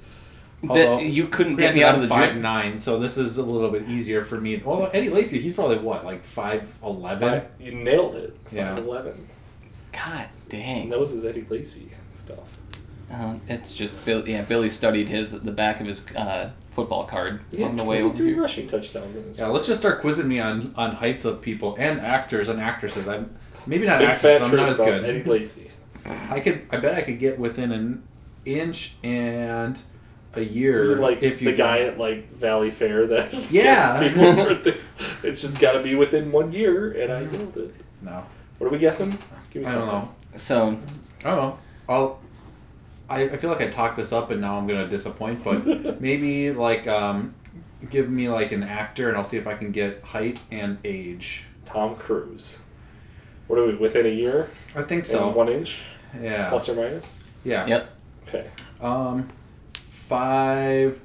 [SPEAKER 3] Although-
[SPEAKER 1] that you couldn't get me out of the
[SPEAKER 3] five
[SPEAKER 1] gym.
[SPEAKER 3] nine, so this is a little bit easier for me. Although Eddie Lacy, he's probably what like five eleven.
[SPEAKER 2] Fi- You nailed it.
[SPEAKER 3] Yeah.
[SPEAKER 2] 5'11".
[SPEAKER 1] God dang. Uh,
[SPEAKER 2] And that was his Eddie Lacy stuff.
[SPEAKER 5] Um, it's just Bill. Yeah, Billy studied his the back of his uh, football card
[SPEAKER 2] Yeah,
[SPEAKER 5] on the way over
[SPEAKER 2] 23
[SPEAKER 5] here.
[SPEAKER 2] rushing touchdowns in his
[SPEAKER 3] Yeah, let's just start quizzing me on on heights of people and actors and actresses. I'm maybe not
[SPEAKER 2] Big
[SPEAKER 3] actresses.
[SPEAKER 2] fat
[SPEAKER 3] I'm
[SPEAKER 2] truth
[SPEAKER 3] not as
[SPEAKER 2] about
[SPEAKER 3] good.
[SPEAKER 2] Eddie Lacy.
[SPEAKER 3] I could. I bet I could get within an inch and a year.
[SPEAKER 2] Like
[SPEAKER 3] if you
[SPEAKER 2] the guy at like Valley Fair that <laughs>
[SPEAKER 3] Yeah.
[SPEAKER 2] gets people for things. it's just got to be within one year, and I nailed it.
[SPEAKER 3] No,
[SPEAKER 2] What are we guessing? Give me
[SPEAKER 3] I don't
[SPEAKER 2] something.
[SPEAKER 3] know.
[SPEAKER 5] So
[SPEAKER 3] I don't know. I'll. I, I feel like I talked this up and now I'm gonna
[SPEAKER 2] <laughs>
[SPEAKER 3] disappoint, but maybe like um, give me like an actor and I'll see if I can get height and age.
[SPEAKER 2] Tom Cruise. What are we within a year?
[SPEAKER 3] I think
[SPEAKER 2] So
[SPEAKER 3] so.
[SPEAKER 2] one inch,
[SPEAKER 3] yeah.
[SPEAKER 2] plus or minus.
[SPEAKER 3] yeah.
[SPEAKER 5] yep,
[SPEAKER 2] Okay.
[SPEAKER 3] Um, five,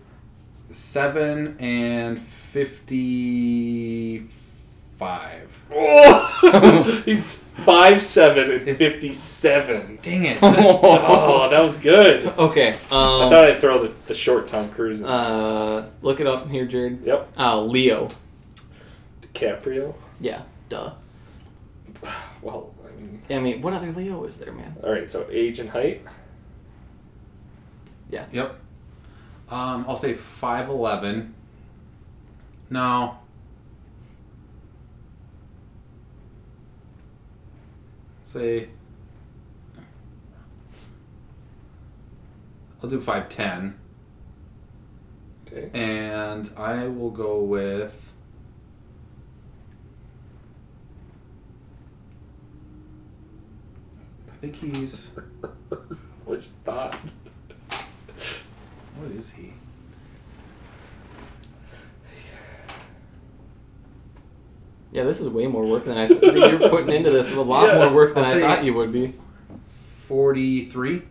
[SPEAKER 3] seven, and fifty-five.
[SPEAKER 2] Oh, <laughs> he's five seven and fifty seven.
[SPEAKER 3] Dang it!
[SPEAKER 2] <laughs> Oh, that was good.
[SPEAKER 1] Okay.
[SPEAKER 2] I
[SPEAKER 1] Um,
[SPEAKER 2] thought I'd throw the, the short Tom Cruise. In.
[SPEAKER 1] uh, look it up here, Jared.
[SPEAKER 2] yep,
[SPEAKER 1] Uh, Leo.
[SPEAKER 2] DiCaprio.
[SPEAKER 1] Yeah. Duh.
[SPEAKER 2] Well, I mean,
[SPEAKER 1] I mean, what other Leo is there, man?
[SPEAKER 2] all right. So age and height.
[SPEAKER 3] yep. Um, I'll say five eleven. No. Say. I'll do five ten.
[SPEAKER 2] Okay.
[SPEAKER 3] Eh. And I will go with. I think he's.
[SPEAKER 2] Which thought?
[SPEAKER 3] What is he?
[SPEAKER 1] Yeah, this is way more work than I th- <laughs> that you're putting into this. A lot
[SPEAKER 2] Yeah.
[SPEAKER 1] more work than
[SPEAKER 3] I'll
[SPEAKER 1] I
[SPEAKER 3] say-
[SPEAKER 1] thought you would be.
[SPEAKER 3] 43?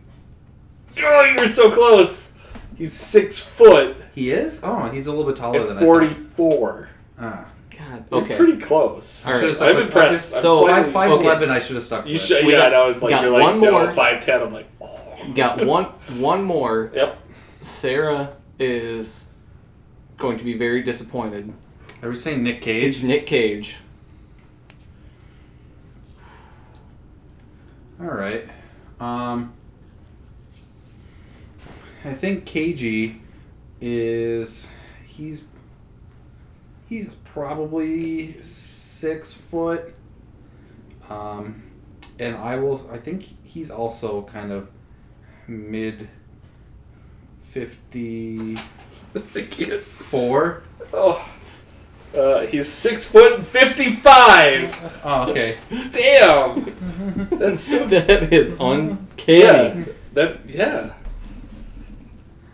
[SPEAKER 2] Oh, you were so close. He's six foot
[SPEAKER 3] He is? Oh, he's a little bit taller
[SPEAKER 2] and
[SPEAKER 3] than
[SPEAKER 2] forty
[SPEAKER 3] I Ah.
[SPEAKER 2] four.
[SPEAKER 3] thought.
[SPEAKER 1] God.
[SPEAKER 2] You're
[SPEAKER 1] Okay.
[SPEAKER 2] pretty close.
[SPEAKER 1] All right.
[SPEAKER 3] Should've
[SPEAKER 2] I'm
[SPEAKER 3] with-
[SPEAKER 2] impressed. I'm
[SPEAKER 1] So,
[SPEAKER 3] Five,
[SPEAKER 2] slightly-
[SPEAKER 3] five
[SPEAKER 1] Okay.
[SPEAKER 3] eleven, I should have stuck
[SPEAKER 2] You
[SPEAKER 3] with.
[SPEAKER 2] should,
[SPEAKER 1] We
[SPEAKER 2] yeah,
[SPEAKER 1] got-
[SPEAKER 2] and I was like,
[SPEAKER 1] got
[SPEAKER 2] you're like,
[SPEAKER 1] one
[SPEAKER 2] no,
[SPEAKER 1] more.
[SPEAKER 2] 5'10. I'm like, oh.
[SPEAKER 1] Got one one more.
[SPEAKER 2] Yep.
[SPEAKER 1] Sarah is going to be very disappointed.
[SPEAKER 3] Are we saying Nick
[SPEAKER 1] It's
[SPEAKER 3] Cage?
[SPEAKER 1] Nick Cage.
[SPEAKER 3] Alright. Um, I think KG is. He's. He's probably six foot. Um, and I will. I think he's also kind of mid 54.
[SPEAKER 2] I can't. Oh. Uh, he's six foot fifty five.
[SPEAKER 3] Oh, okay.
[SPEAKER 2] Damn. That's so
[SPEAKER 1] <laughs> <laughs> that is uncanny.
[SPEAKER 2] Mm-hmm. yeah. That yeah.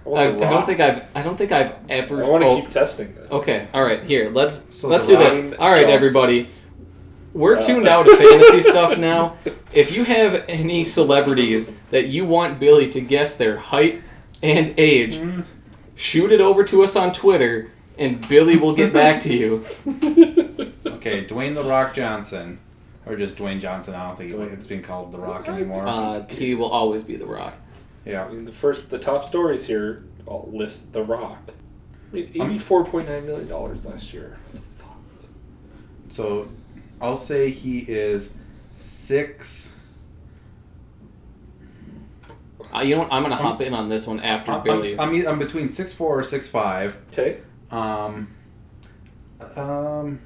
[SPEAKER 2] I,
[SPEAKER 1] I, I
[SPEAKER 2] want the
[SPEAKER 1] don't
[SPEAKER 2] rock.
[SPEAKER 1] think I've I don't think I've ever.
[SPEAKER 2] I want to
[SPEAKER 1] oh,
[SPEAKER 2] keep testing this. <laughs>
[SPEAKER 1] Okay, all right. Here, let's
[SPEAKER 3] So
[SPEAKER 1] let's
[SPEAKER 3] the
[SPEAKER 1] do this.
[SPEAKER 2] round
[SPEAKER 1] All right,
[SPEAKER 2] jumps.
[SPEAKER 1] everybody. We're
[SPEAKER 2] Uh,
[SPEAKER 1] tuned out of
[SPEAKER 3] <laughs>
[SPEAKER 1] fantasy stuff now. If you have any celebrities that you want Billy to guess their height and age,
[SPEAKER 3] Mm.
[SPEAKER 1] shoot it over to us on Twitter, and Billy will get back to
[SPEAKER 3] <laughs>
[SPEAKER 1] you.
[SPEAKER 3] Okay, Dwayne The Rock Johnson. Or just Dwayne Johnson. I don't think
[SPEAKER 2] Dwayne.
[SPEAKER 3] it's being called The Rock anymore.
[SPEAKER 1] Uh, he will always be the Rock.
[SPEAKER 2] I
[SPEAKER 3] yeah.
[SPEAKER 2] mean, the first, the top stories here all list The Rock.
[SPEAKER 3] Um,
[SPEAKER 2] Eighty-four point nine million dollars last year.
[SPEAKER 3] So I'll say he is six.
[SPEAKER 1] Uh, you know what? I'm gonna hop in on this one after
[SPEAKER 3] I'm, I'm,
[SPEAKER 1] Billy's.
[SPEAKER 3] I'm, I'm between six four or six five.
[SPEAKER 2] Okay.
[SPEAKER 3] Um, um,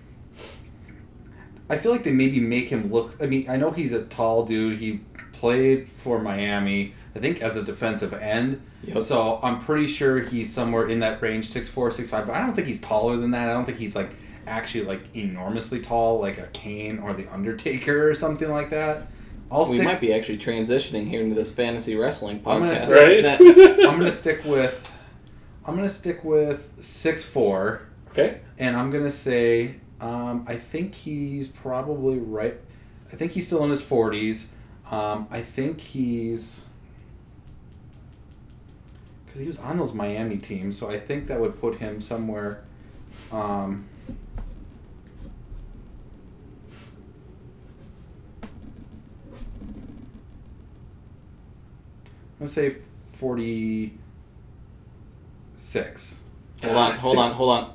[SPEAKER 3] I feel like they maybe make him look. I mean, I know he's a tall dude. He played for Miami, I think, as a defensive end.
[SPEAKER 1] Yep.
[SPEAKER 3] So I'm pretty sure he's somewhere in that range, six four, six five. But I don't think he's taller than that. I don't think he's like actually like enormously tall, like a Kane or the Undertaker or something like that. I'll
[SPEAKER 1] we
[SPEAKER 3] stick.
[SPEAKER 1] might be actually transitioning here into this fantasy wrestling
[SPEAKER 3] I'm gonna
[SPEAKER 1] podcast.
[SPEAKER 3] say
[SPEAKER 2] Right.
[SPEAKER 3] <laughs>
[SPEAKER 1] That-
[SPEAKER 3] I'm gonna stick with. I'm gonna stick with six four.
[SPEAKER 2] <laughs> okay.
[SPEAKER 3] and I'm gonna say um, I think he's probably right. I think he's still in his forties. Um, I think he's because he was on those Miami teams, so I think that would put him somewhere. Um, I'm gonna say forty-six.
[SPEAKER 1] hold on, hold on, hold on.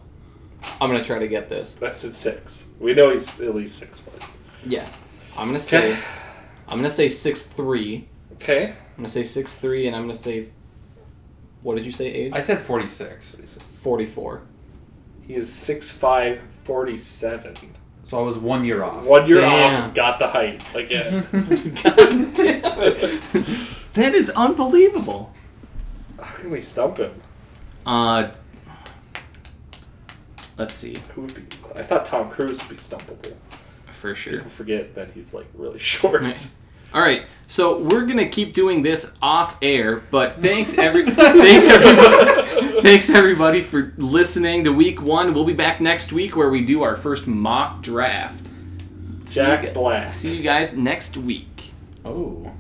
[SPEAKER 1] I'm gonna try to get this.
[SPEAKER 2] That's at six. We know he's at least six foot.
[SPEAKER 1] Yeah, I'm gonna say, I'm gonna say six three.
[SPEAKER 2] Okay.
[SPEAKER 1] I'm gonna say six three, and I'm gonna say, what did you say? Age
[SPEAKER 3] I said forty-six.
[SPEAKER 1] forty <laughs> four.
[SPEAKER 2] He is six five forty seven.
[SPEAKER 3] So I was one year off.
[SPEAKER 2] One <laughs> year
[SPEAKER 1] Damn.
[SPEAKER 2] off, got the height
[SPEAKER 1] <laughs>
[SPEAKER 2] again.
[SPEAKER 1] God damn it! That is unbelievable.
[SPEAKER 2] How can we stump him?
[SPEAKER 1] Uh, let's see
[SPEAKER 2] Who would be? I thought Tom Cruise would be stumpable.
[SPEAKER 1] for sure.
[SPEAKER 2] People forget that he's like really <laughs> short.
[SPEAKER 1] Right. All right, so we're gonna keep doing this off air, but thanks <laughs> every, thanks everybody, thanks everybody for listening to week one. We'll be back next week where we do our first mock draft. See you
[SPEAKER 2] Jack
[SPEAKER 1] gu-
[SPEAKER 2] Black.
[SPEAKER 1] See you guys next week.
[SPEAKER 3] <laughs> Oh.